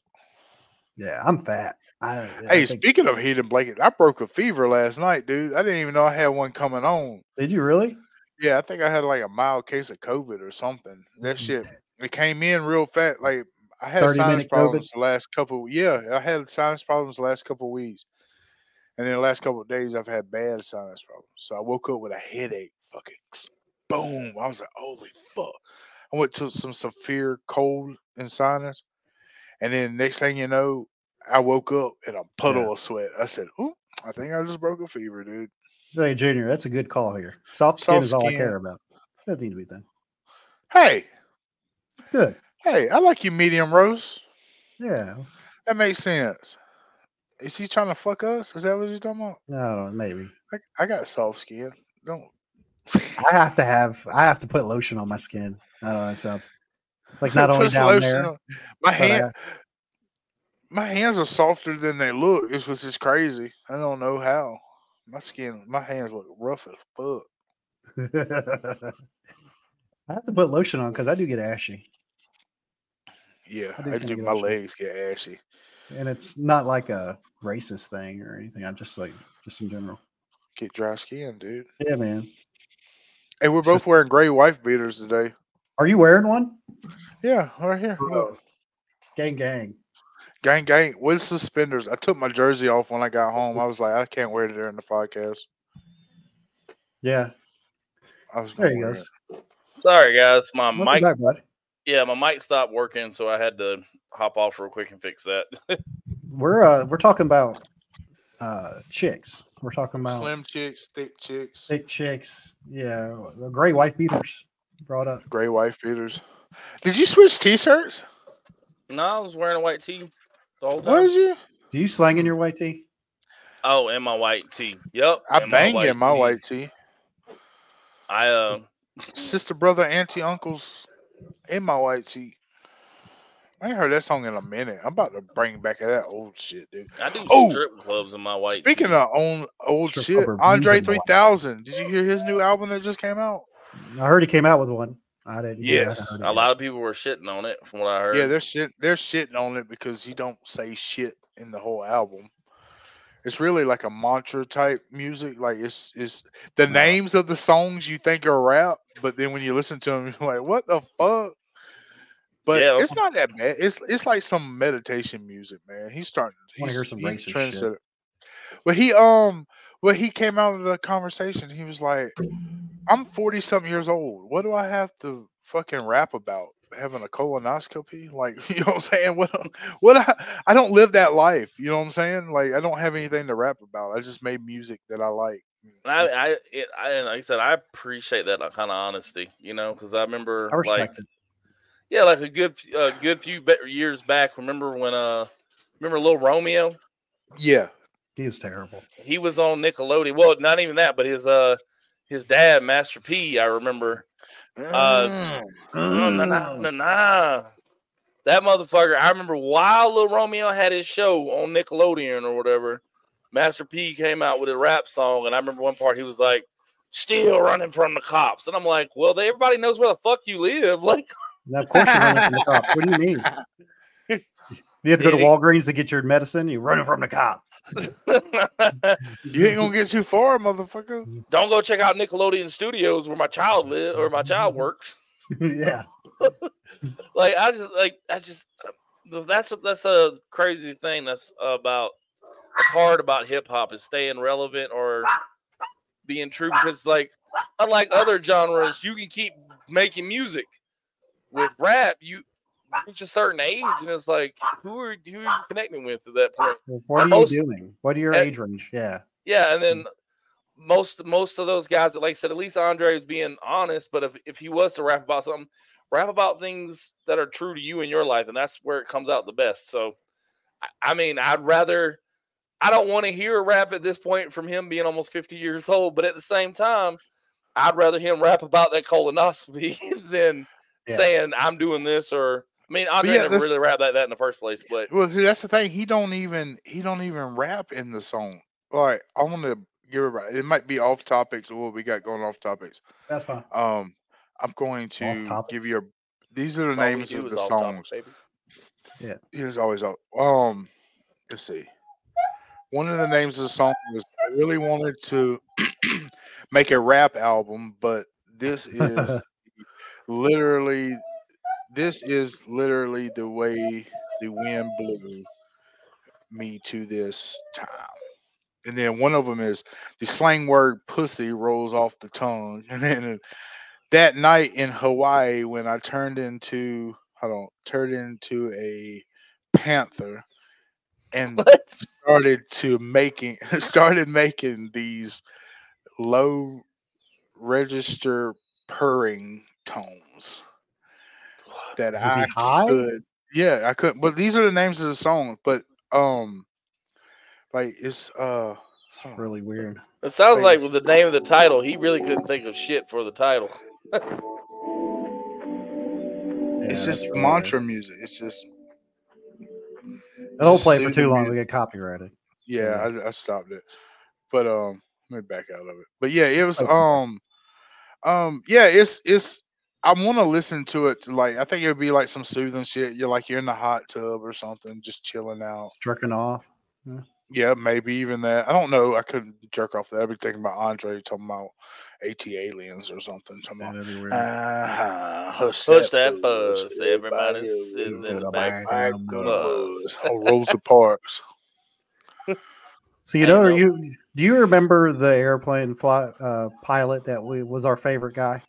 Yeah, I'm fat. I, I
hey,
think-
speaking of heating blankets, I broke a fever last night, dude. I didn't even know I had one coming on.
Did you really?
Yeah, I think I had like a mild case of COVID or something. That shit, it came in real fat. Like I had
30
sinus
minute COVID?
problems the last couple. Yeah, I had sinus problems the last couple weeks, and then the last couple of days I've had bad sinus problems. So I woke up with a headache. Fucking boom! I was like, holy fuck! I went to some severe cold and sinus, and then next thing you know, I woke up in a puddle of sweat. I said, "Ooh, I think I just broke a fever, dude."
Hey, Junior, that's a good call here. Soft skin
Soft
is all I
skin.
care about. Doesn't need to be done.
Hey,
It's good.
hey, I like you, medium roast.
Yeah.
That makes sense. Is he trying to fuck us? Is that what he's talking about?
I don't know. Maybe.
I, I got soft skin. Don't.
I have to have, I have to put lotion on my skin. I don't know. It sounds like not only
Puts
down
lotion
there.
on-
but uh,
My
I-
hand, my hands are softer than they look. It's was just crazy. I don't know how. My skin, my hands look rough as fuck.
I have to put lotion on because I do get ashy,
Yeah,
I do
I
kinda
do.
get
My
ashy.
legs get ashy.
and it's not like a racist thing or anything. I'm just like, just in general.
Get dry skin, dude.
Yeah, man.
Hey, we're both wearing gray wife beaters today.
Are you wearing one?
Yeah, right here. look.
Gang, gang.
Gang, gang with suspenders. I took my jersey off when I got home. I was like, I can't wear it during the podcast.
Yeah.
I was
There
gonna
he
wear it.
goes.
Sorry, guys. My
Welcome
mic.
back, bud.
Yeah, my mic stopped working, so I had to hop off real quick and fix that.
We're uh, we're talking about uh chicks. We're talking about
Slim chicks, thick chicks,
thick chicks. Yeah, the gray wife beaters brought up.
gray wife beaters. Did you switch t-shirts?
no, I was wearing a white tee the whole time.
Was you?
Do you slang in your white tee?
Oh, and my white tee. Yep.
I
and
bang in my
tee.
white tee.
I uh,
Sister, brother, auntie, uncles in my white tee. I ain't heard that song in a minute. I'm about to bring back that old shit, dude.
I do
Oh!
strip clubs in my white.
Speaking of own old
Strip
shit,
club
Andre
reviews in my white
3000. Did you hear his new album that just came out?
I heard he came out with one. I didn't. yeah, I
Yes.
heard it.
a lot of people were shitting on it, from what I heard.
Yeah, they're shit. They're shitting on it because he don't say shit in the whole album. It's really like a mantra type music. Like it's it's the names of the songs you think are rap, but then when you listen to them, you're like, "What the fuck?" But
Yeah.
it's not that bad. It's it's like some meditation music, man. He's starting.
Wanna
he's-
hear some
he's
racist shit.
trendsetter. But he um, well he came out of the conversation. He was like, "I'm forty something years old. What do I have to fucking rap about having a colonoscopy? Like, you know what I'm saying? What what I, I don't live that life. You know what I'm saying? Like, I don't have anything to rap about. I just made music that I like.
And I, I, it, I, and like I said, I appreciate that kind of honesty, you know, because I remember,
I
like,
respect it.
yeah, like a good, f- a good few be- years back. Remember when, uh, remember Little Romeo?
Yeah,
He was terrible.
He was on Nickelodeon. Well, not even that, but his, uh, his dad, Master P, I remember.
Mm.
Uh, No, no, no, no, no. That motherfucker. I remember while Lil Romeo had his show on Nickelodeon or whatever, Master P came out with a rap song, and I remember one part he was like, "Still running from the cops," and I'm like, "Well, they, everybody knows where the fuck you live." Like,
Now, of course, you're running from the cops. What do you mean? You have to go to
Did he-
Walgreens to get your medicine. You're running from the cops.
you ain't gonna get too far, motherfucker.
don't go check out Nickelodeon Studios where my child live or my child works.
yeah.
like I just like I just that's that's a crazy thing that's about that's hard about hip hop is staying relevant or being true because like unlike other genres you can keep making music with rap, you reach a certain age, and it's like who are who are you connecting with at that point?
What are
And
you
most-
doing? What are your
and-
age range? Yeah.
Yeah, and then
Mm.
most most of those guys, that, like I said, at least Andre is being honest. But if if he was to rap about something, rap about things that are true to you in your life, and that's where it comes out the best. So, I, I mean, I'd rather. I don't want to hear a rap at this point from him being almost 50 years old, but at the same time, I'd rather him rap about that colonoscopy than saying I'm doing this or I mean, Andre
yeah,
never
this-
really rapped like that in the first place, but
Well, see, that's the thing. He don't even he don't even rap in the song. Like I want to give it right. It might be off topics or what we got going off topics.
That's fine.
Um, I'm going to give you a. These are the
That's all we
names
do
of
is
the
off topic,
songs.
baby.
Yeah.
It's always off. Um, let's see. One of the names of the song was I really wanted to make a rap album, but this is literally this is literally the way the wind blew me to this time. And then one of them is the slang word pussy rolls off the tongue. And then that night in Hawaii when I turned into I don't turned into a panther and started to making started making these low register purring tones that
Was he
I
high?
could yeah I could but these are the names of the songs but um like it's uh
it's really weird
It sounds like with the name of the title, he really couldn't think of shit for the title.
it's
Yeah,
just
that's really
mantra music it's just
It'll
just
play for
soothing
too long.
music.
We get copyrighted.
Yeah, I, I stopped it, but um, let me back out of it. But yeah, it was
Okay.
um, um, yeah, it's it's. I want to listen to it. To like, I think it would be like some soothing shit. You're like you're in the hot tub or something, just chilling out.
Jerking off.
Yeah, maybe even that. I don't know. I couldn't jerk off that. I'd be thinking about Andre talking about AT aliens or something. Talking about, "Ah, hush
Push
that
that buzz, everybody sitting in the back.
buzz." Oh, Rosa Parks.
So you know, are you do you remember the airplane fly, uh, pilot that we, was our favorite guy,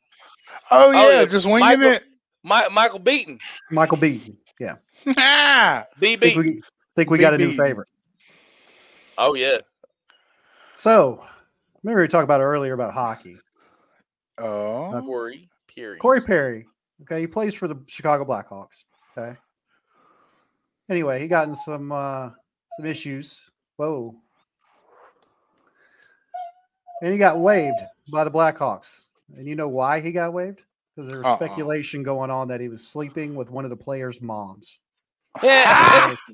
Oh yeah, just winging
Michael,
it.
Mi- Michael Beaton.
Michael Beaton? Yeah,
Ah,
think
BB.
we, think we got a new
BB.
favorite.
Oh yeah.
So remember we talked about earlier about hockey.
Oh,
Corey Perry.
Corey Perry. Okay, he plays for the Chicago Blackhawks. Okay. Anyway, he got in some uh some issues. Whoa. And he got waived by the Blackhawks. And you know why he got waived? Because there was
Uh-uh.
speculation going on that he was sleeping with one of the players' moms.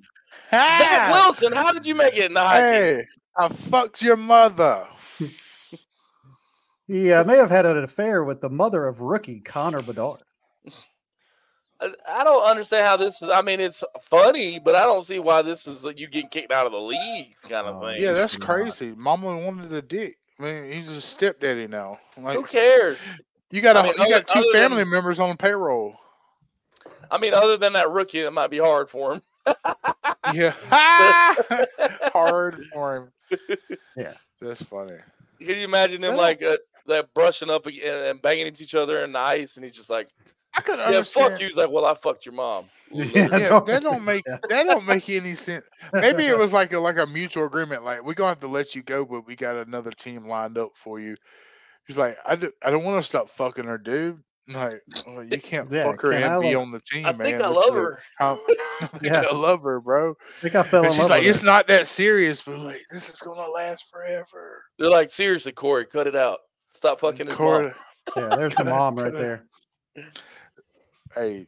Yeah. Zach Wilson, how did you make it in the hockey?
Ah. Hey, I fucked your mother.
He uh, may have had an affair with the mother of rookie Connor Bedard.
I, I don't understand how this is. I mean, it's funny, but I don't see why this is like, you getting kicked out of the league kind of thing.
Oh, Yeah, that's crazy. Mama wanted a dick. I mean, he's a stepdaddy now. Like,
Who cares?
You got a,
I mean,
you
other-
got two
other
family
than-
members on payroll.
I mean, other than that rookie, it might be hard for him.
Yeah, hard for him.
Yeah,
that's funny.
Can you imagine them like uh, that brushing up ag- and, and banging into each other in the ice, and he's just like,
I could
yeah,
understand-
fuck you. He's like, well, I fucked your mom.
Yeah, that don't make that don't make any sense. Maybe it was like a like a mutual agreement. Like we're gonna have to let you go, but we got another team lined up for you. He's like, I, do, I don't want to stop fucking her, dude. Like, well, you can't
Yeah,
fuck her
can
and
I,
be
like-
on the team,
I
man.
think I
This is
love
a
her.
com- I think I love her, bro.
I think I fell in
And she's
love
like,
with
it's
her.
not that serious, but like, this is gonna last forever.
They're like, seriously, Corey, cut it out. Stop fucking his
Corey-
mom.
Yeah, there's the mom right there.
Hey,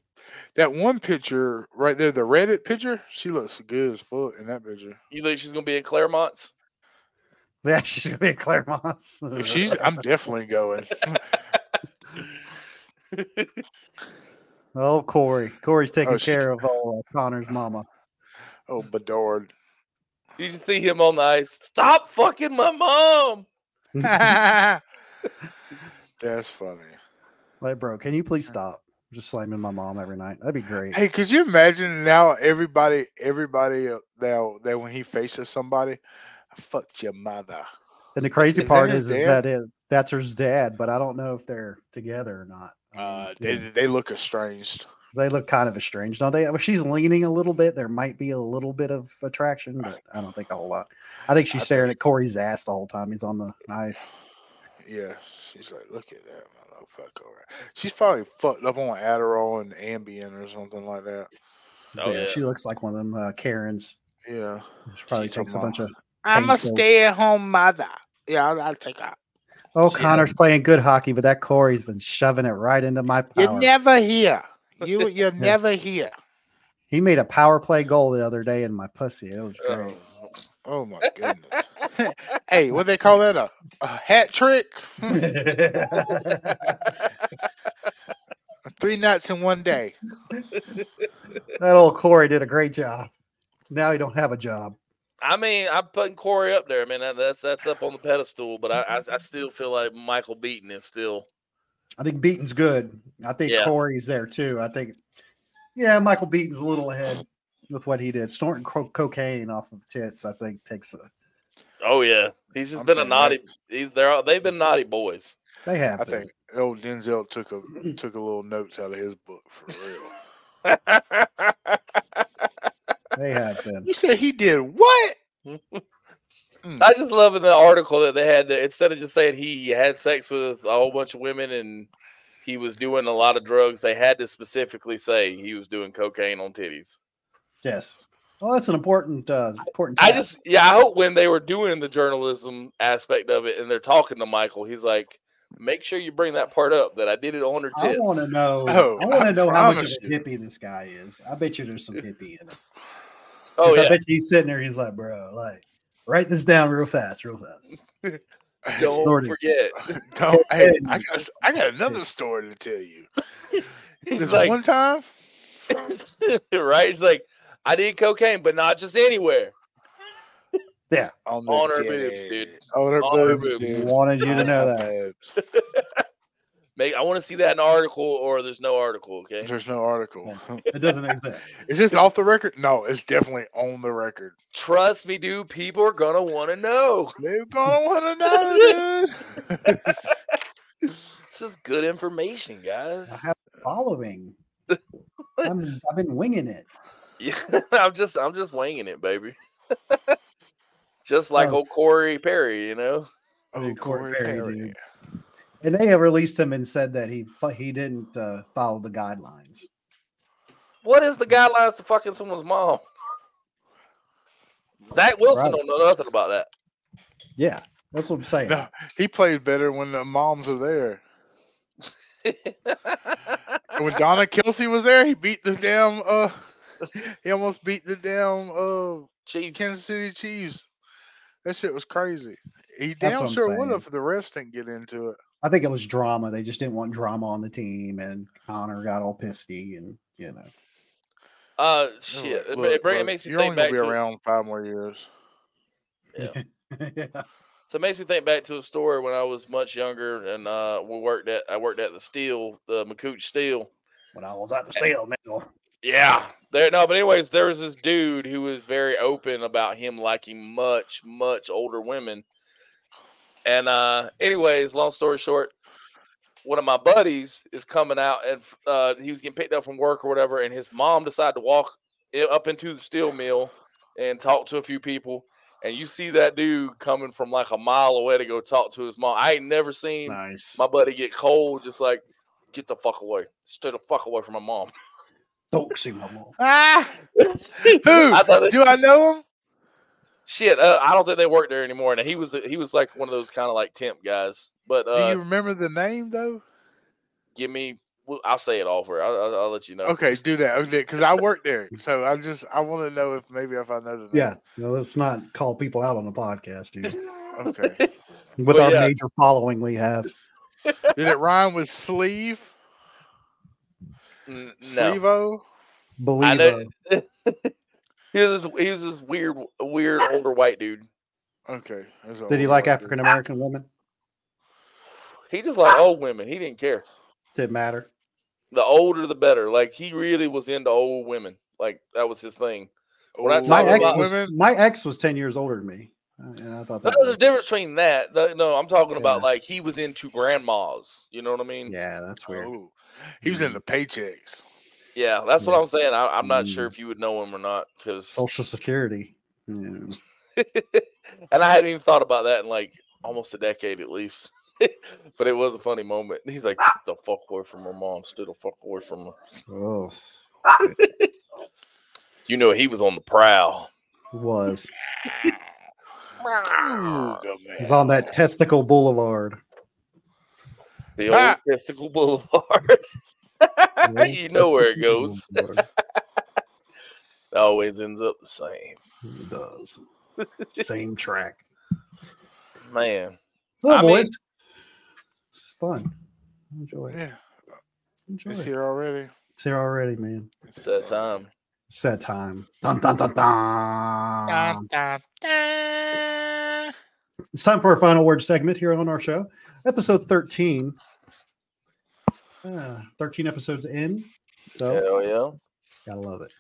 that one picture right there, the Reddit picture, she looks good as fuck in that picture.
You think she's gonna be in Claremont's?
Yeah, she's gonna be at Claremont.
If she's, I'm definitely going.
Oh, Corey. Corey's taking
Oh, she-
care of all uh, Connor's mama.
Oh, Bedard.
You can see him on the ice. Stop fucking my mom.
That's funny.
Like, bro, can you please stop? Just slamming my mom every night. That'd be great.
Uh. Hey, could you imagine now everybody, everybody uh, now that when he faces somebody, I fucked your mother.
And the crazy
Is that
part
his
is, is
dad?
that is that's her dad, but I don't know if they're together or not.
Uh, they they look estranged.
They look kind of estranged, don't they? Well, she's leaning a little bit. There might be a little bit of attraction, but I don't think a whole lot. I think she's staring at Corey's ass the whole time he's on the ice.
Yeah, she's like, look at that motherfucker. She's probably fucked up on Adderall and Ambien or something like that.
Oh,
Oh,
Yeah, She looks like one of them uh, Karens.
Yeah,
She probably
She's a
takes a
mom.
bunch of.
I'm a
painkillers.
stay-at-home mother. Yeah, I'll, I'll take out.
Oh, Connor's playing good hockey, but that Corey's been shoving it right into my
You're
power.
never here. You you're never here.
He made a power play goal the other day in my pussy. It was great.
Oh my goodness. hey, what they call that? A, a hat trick? Three nights in one day.
That old Corey did a great job. Now he don't have a job.
I mean, I'm putting Corey up there. I mean, that- that's that's up on the pedestal, but I I, I still feel like Michael Beaton is still.
I think Beaton's good. I think
Yeah.
Corey's there too. I think, yeah, Michael Beaton's a little ahead with what he did. Snorting co- cocaine off of tits, I think, takes a.
Oh yeah, he's just been a naughty. He's, they're all, they've been naughty boys.
They have.
I think old Denzel took a took a little notes out of his book for real.
They have been.
you said he did what?
I just love in the article that they had that instead of just saying he had sex with a whole bunch of women and he was doing a lot of drugs, they had to specifically say he was doing cocaine on titties.
Yes. Well, that's an important, uh, important.
I
task.
just yeah, I hope when they were doing the journalism aspect of it and they're talking to Michael, he's like, make sure you bring that part up that I did it on her
I
tits.
want to know.
Oh,
I want
I
to know how much of a
promise
hippie this guy is. I bet you there's some hippie in him.
Oh,
'Cause I
yeah.
bet you he's sitting there. He's like, bro, like, write this down real fast, real fast.
Don't
snorted.
forget.
Don't, hey, I got s- I got another story to tell you.
He's
This
like-
one time,
right? He's like, I did cocaine, but not just anywhere.
Yeah.
On,
On her boobs, dude.
On her
On her
boobs,
boobs.
dude.
Wanted you to know that.
Make, I want to see that in an article or there's no article, okay?
There's no article.
It doesn't exist.
Is this off the record? No, it's definitely on the record.
Trust me, dude, people are gonna want to know.
They're gonna want to know, dude.
This is good information, guys.
I have a following. I'm, I've been winging it.
Yeah, I'm just I'm just winging it, baby. just like
Oh.
old Corey Perry, you know.
Oh,
Corey Perry, dude. And they have released him and said that he fu- he didn't uh, follow the guidelines.
What is the guidelines to fucking someone's mom? Zach Wilson
Right.
don't know nothing about that.
Yeah, that's what I'm saying.
No, he plays better when the moms are there. And when Donna Kelsey was there, he beat the damn. Uh, he almost beat the damn uh
Chiefs.
Kansas City Chiefs. That shit was crazy. He
That's
damn
what I'm
sure would
saying.
have if the refs didn't get into it.
I think it was drama. They just didn't want drama on the team, and Connor got all pissy, and you know.
Uh,
They were
shit.
like,
it-
"Look,
it, bring- it
look,
makes me
you're
think
only
back
gonna be
to
around five more years.
So it makes me think back to a story when I was much younger and uh, we worked at I worked at the steel, the McCooch Steel.
When I was at the steel mill.
Yeah. There no, but anyways, there was this dude who was very open about him liking much, much older women. And uh anyways, long story short, one of my buddies is coming out and uh he was getting picked up from work or whatever, and his mom decided to walk i- up into the steel mill and talk to a few people. And you see that dude coming from like a mile away to go talk to his mom. I ain't never seen my buddy get cold, just like get the fuck away. Stay the fuck away from my mom.
Don't see my mom.
Ah,
Who? I thought it-
do I know him?
Shit, uh, I don't think they work there anymore. Now he was he was like one of those kind of like temp guys. But uh,
Do you remember the name though?
give me, well, I'll say it all for. I'll, I'll, I'll let you know.
Okay, do that. Okay, because I worked there, so I just I want to know if maybe if I know the name.
Yeah, no, let's not call people out on the podcast, dude.
Okay.
With
Well,
our
yeah.
major following we have,
Did it rhyme with sleeve?
N- No.
Sleevo?
believe
I know.
it.
he was this- he was this weird weird older white dude.
Okay.
Did he like African American women?
He just like old women. He didn't care.
Didn't matter.
The older the better. Like he really was into old women. Like that was his thing. When I
My
talk
ex,
about
was, my ex was ten years older than me. Yeah, I thought that.
There's a difference between that. th- No, I'm talking about like he was into grandmas. You know what I mean?
Yeah, that's
weird.
He was in the paychecks.
Yeah, that's what I'm saying. I, I'm not sure if you would know him or not because,
Social Security. Yeah.
and I hadn't even thought about that in like almost a decade at least. but it was a funny moment. He's like, "Get the fuck away from her mom. Stood the fuck away from her."
Oh,
You know, he was on the prowl.
was.
Ooh,
He's on that testicle boulevard.
The old testicle boulevard. you know where it goes. It always ends up the same.
It does. Same track.
Man.
Well,
I mean-
boys, this is fun. Enjoy it.
Yeah.
Enjoy
It's
it.
here already.
It's here already, man.
It's that time.
It's that time. Dun, dun, dun, dun.
Ah.
Dun, dun, dun.
It's time for our final word segment here on our show, episode 13. Uh, 13 episodes in. So,
Hell yeah.
gotta love it.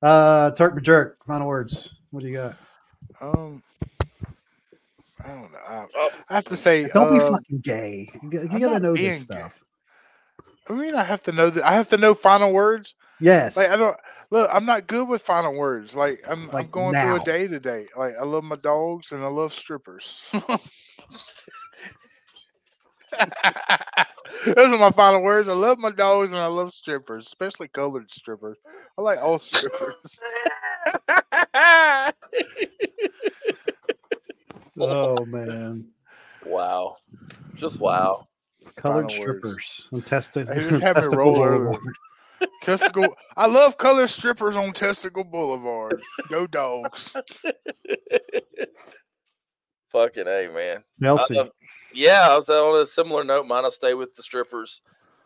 Uh, Turk Jerk, final words. What do you got?
Um, I don't know. I,
Oh.
I have to say,
Don't be
uh,
fucking gay. You, g- you
I'm
gotta
not
know
being
this
gay.
stuff.
I mean, I have to know that. I have to know final words.
Yes.
Like I don't look. I'm not good with final words. Like I'm, I'm
Like
going
now.
through a day today. Like I love my dogs and I love strippers. Those are my final words. I love my dogs and I love strippers, especially colored strippers. I like all strippers.
oh, man.
Wow. Just wow.
Colored
Final
strippers. I'm testing.
I just had me roll earlier. Testicle. I love colored strippers on Testicle Boulevard. Go dogs.
Fucking A, man.
Nelson.
Uh,
I love- yeah, I was on a similar note. Mine, I'll stay with the strippers.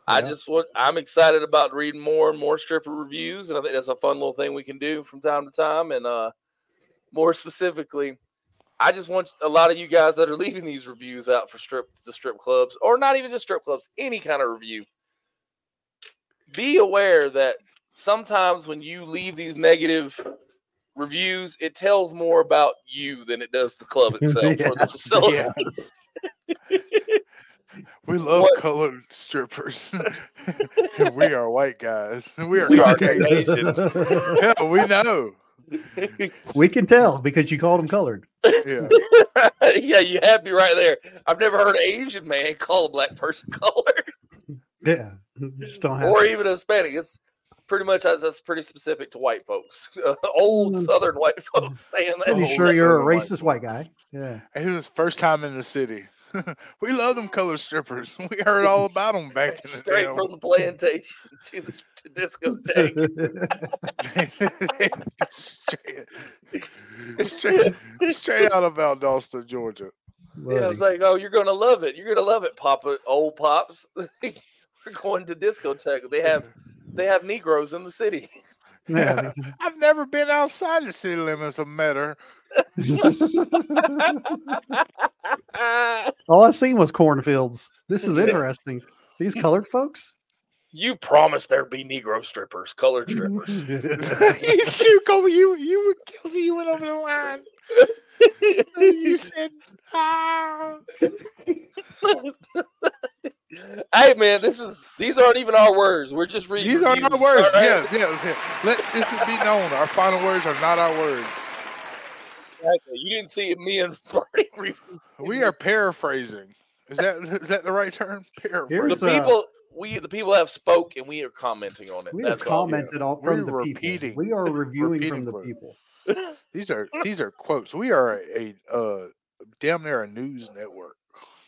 I
Yeah.
just want, I'm excited about reading more and more stripper reviews. And I think that's a fun little thing we can do from time to time. And uh, more specifically, I just want a lot of you guys that are leaving these reviews out for strip the strip clubs, or not even just strip clubs, any kind of review. Be aware that sometimes when you leave these negative reviews, it tells more about you than it does the club itself or the
Yes,
facility.
yes.
We love
What-
colored strippers. And we are white guys. We are
We are
Caucasian. yeah, we know.
we can tell because you called them colored.
Yeah.
yeah, you had me right there. I've never heard an Asian man call a black person color
Yeah. Just don't have
or
to.
even a Hispanic. It's pretty much uh, that's pretty specific to white folks, old
Mm.
Southern white folks saying that.
You
Oh,
sure
that's
you're a
another white
racist white guy? Yeah.
And it was first time in the city. we love them colored strippers. We heard all about them back in the
Straight from the plantation to the s- to discotheque.
day. straight, straight, straight out of Valdosta, Georgia.
Yeah, I was like, oh, you're gonna love it. You're gonna love it, Papa, old pops. We're going to discotheque. They have they have Negroes in the city.
Yeah.
I've never been outside the city limits of Metter.
All I seen was cornfields. This is interesting. These colored folks?
You promised there'd be Negro strippers, colored strippers.
you still go, you you were guilty, you went over the line. you said ah.
hey man, this is these aren't even our words. We're just reading.
These are not
reviews.
words.
All right.
Yeah, yeah, yeah. Let this be known. Our final words are not our words.
Exactly. You didn't see me and Bernie read
We are paraphrasing. Is that is that the right term?
the
Here's
Paraphrasing.
a- uh,
people. We the people have spoke and we are commenting on it.
We have
That's all.
commented all from
We're
the
repeating-
people. We are reviewing
repeating
from the
what-
people.
These are these are quotes. We are a, a uh, damn near a news network.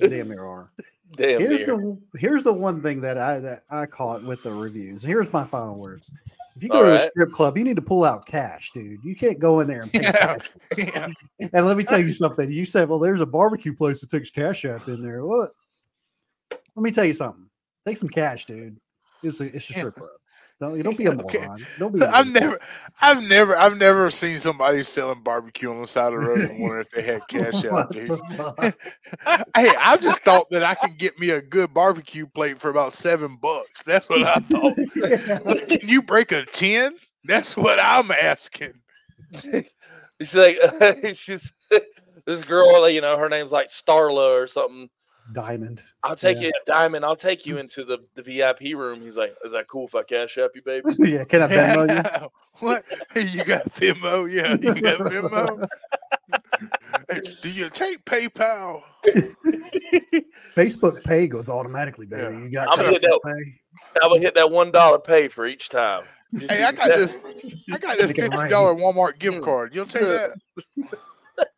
Damn, there are.
Damn.
here's
dear.
the here's the one thing that I that I caught with the reviews. Here's my final words. If you go
All
to
right.
a strip club, you need to pull out cash, dude. You can't go in there and pay
Yeah.
cash. And let me tell you something. You said, "Well, there's a barbecue place that takes cash app in there." What? Let me tell you something. Take some cash, dude. It's a, it's a
Yeah.
strip club. Don't don't be a
Okay.
moron. Don't be. a
I've
idiot.
never, I've never, I've never seen somebody selling barbecue on the side of the road and wonder if they had cash out.
What
Dude.
the fuck?
hey, I just thought that I could get me a good barbecue plate for about seven bucks. That's what I thought.
Yeah.
But Can you break a ten? That's what I'm asking.
She's like, she's This girl, you know, her name's like Starla or something.
Diamond.
I'll take
Yeah.
you, Diamond. I'll take you into the, the VIP room. He's like, "Is that cool if I cash up you, baby?"
yeah, can I Venmo you?
What? You got Venmo? Yeah, you got Venmo. Hey, Do you take PayPal?
Facebook Pay goes automatically, baby. You got
I'm gonna hit
Facebook
that. I'm gonna hit that one dollar pay for each time. You see
Hey, I got this. I got this
Make it
fifty
rain.
dollar Walmart gift card. You'll take that.
Pay.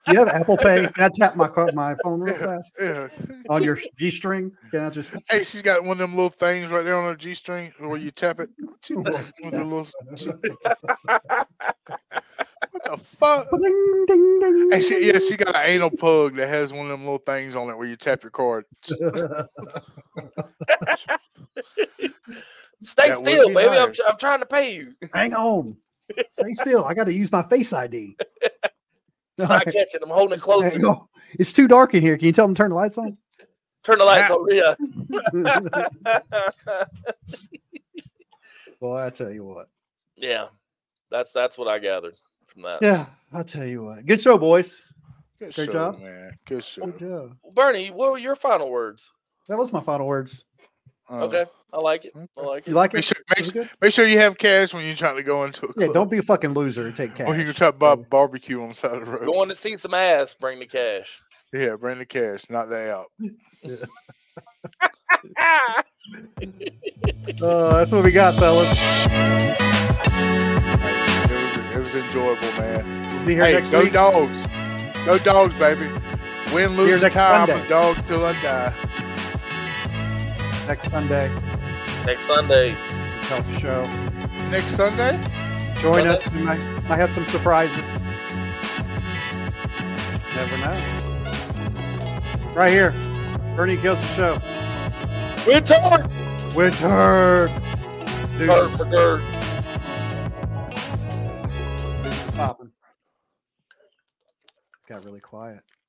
You have Apple Pay. Can I tap my car, my phone real fast
Yeah.
on your G string? Can I just?
Hey, she's got one of them little things right there on her G string where you tap it. One of the little- what the fuck? And she, yeah, she got an anal plug that has one of them little things on it where you tap your card.
Stay
That would
still,
be
baby. I'm,
nice.
tr- I'm trying to pay you.
Hang on. Stay still. I got to use my Face ID.
It's not catching. I'm holding it closer.
Hang on. It's too dark in here. Can you tell them to turn the lights on?
Turn the lights on. Yeah.
Well, I tell you what.
yeah, that's that's what I gathered from that.
Yeah, I tell you what. Good show, boys.
Good
Great
show,
job.
man. Good show.
Good job.
Bernie, what were your final words?
That was my final words.
okay, I like it. I like it.
Uh, You like
Uh,
it?
Make sure,
It was
make,
good?
make sure you have cash when you're trying to go into a club.
Yeah, don't be a fucking loser and take
Or Oh, you
cash.
can try to buy barbecue on the side of the road.
Going to see some ass. Bring the cash.
Yeah, bring the cash, not the out.
Uh, that's what we got, fellas.
It was, it was enjoyable, man.
Be here
hey,
next
go
week.
dogs. Go dogs, baby. Win, lose, or
next
tie. I'm a
Sunday.
dog till I die.
Next Sunday,
Next Sunday.
health show.
Next Sunday?
Join
Sunday.
us. We might, might have some surprises. Never know. Right here, Bernie Gilson Show.
Winter.
Winter.
Bird
Deuces,
for dirt.
deuces popping. Got really quiet.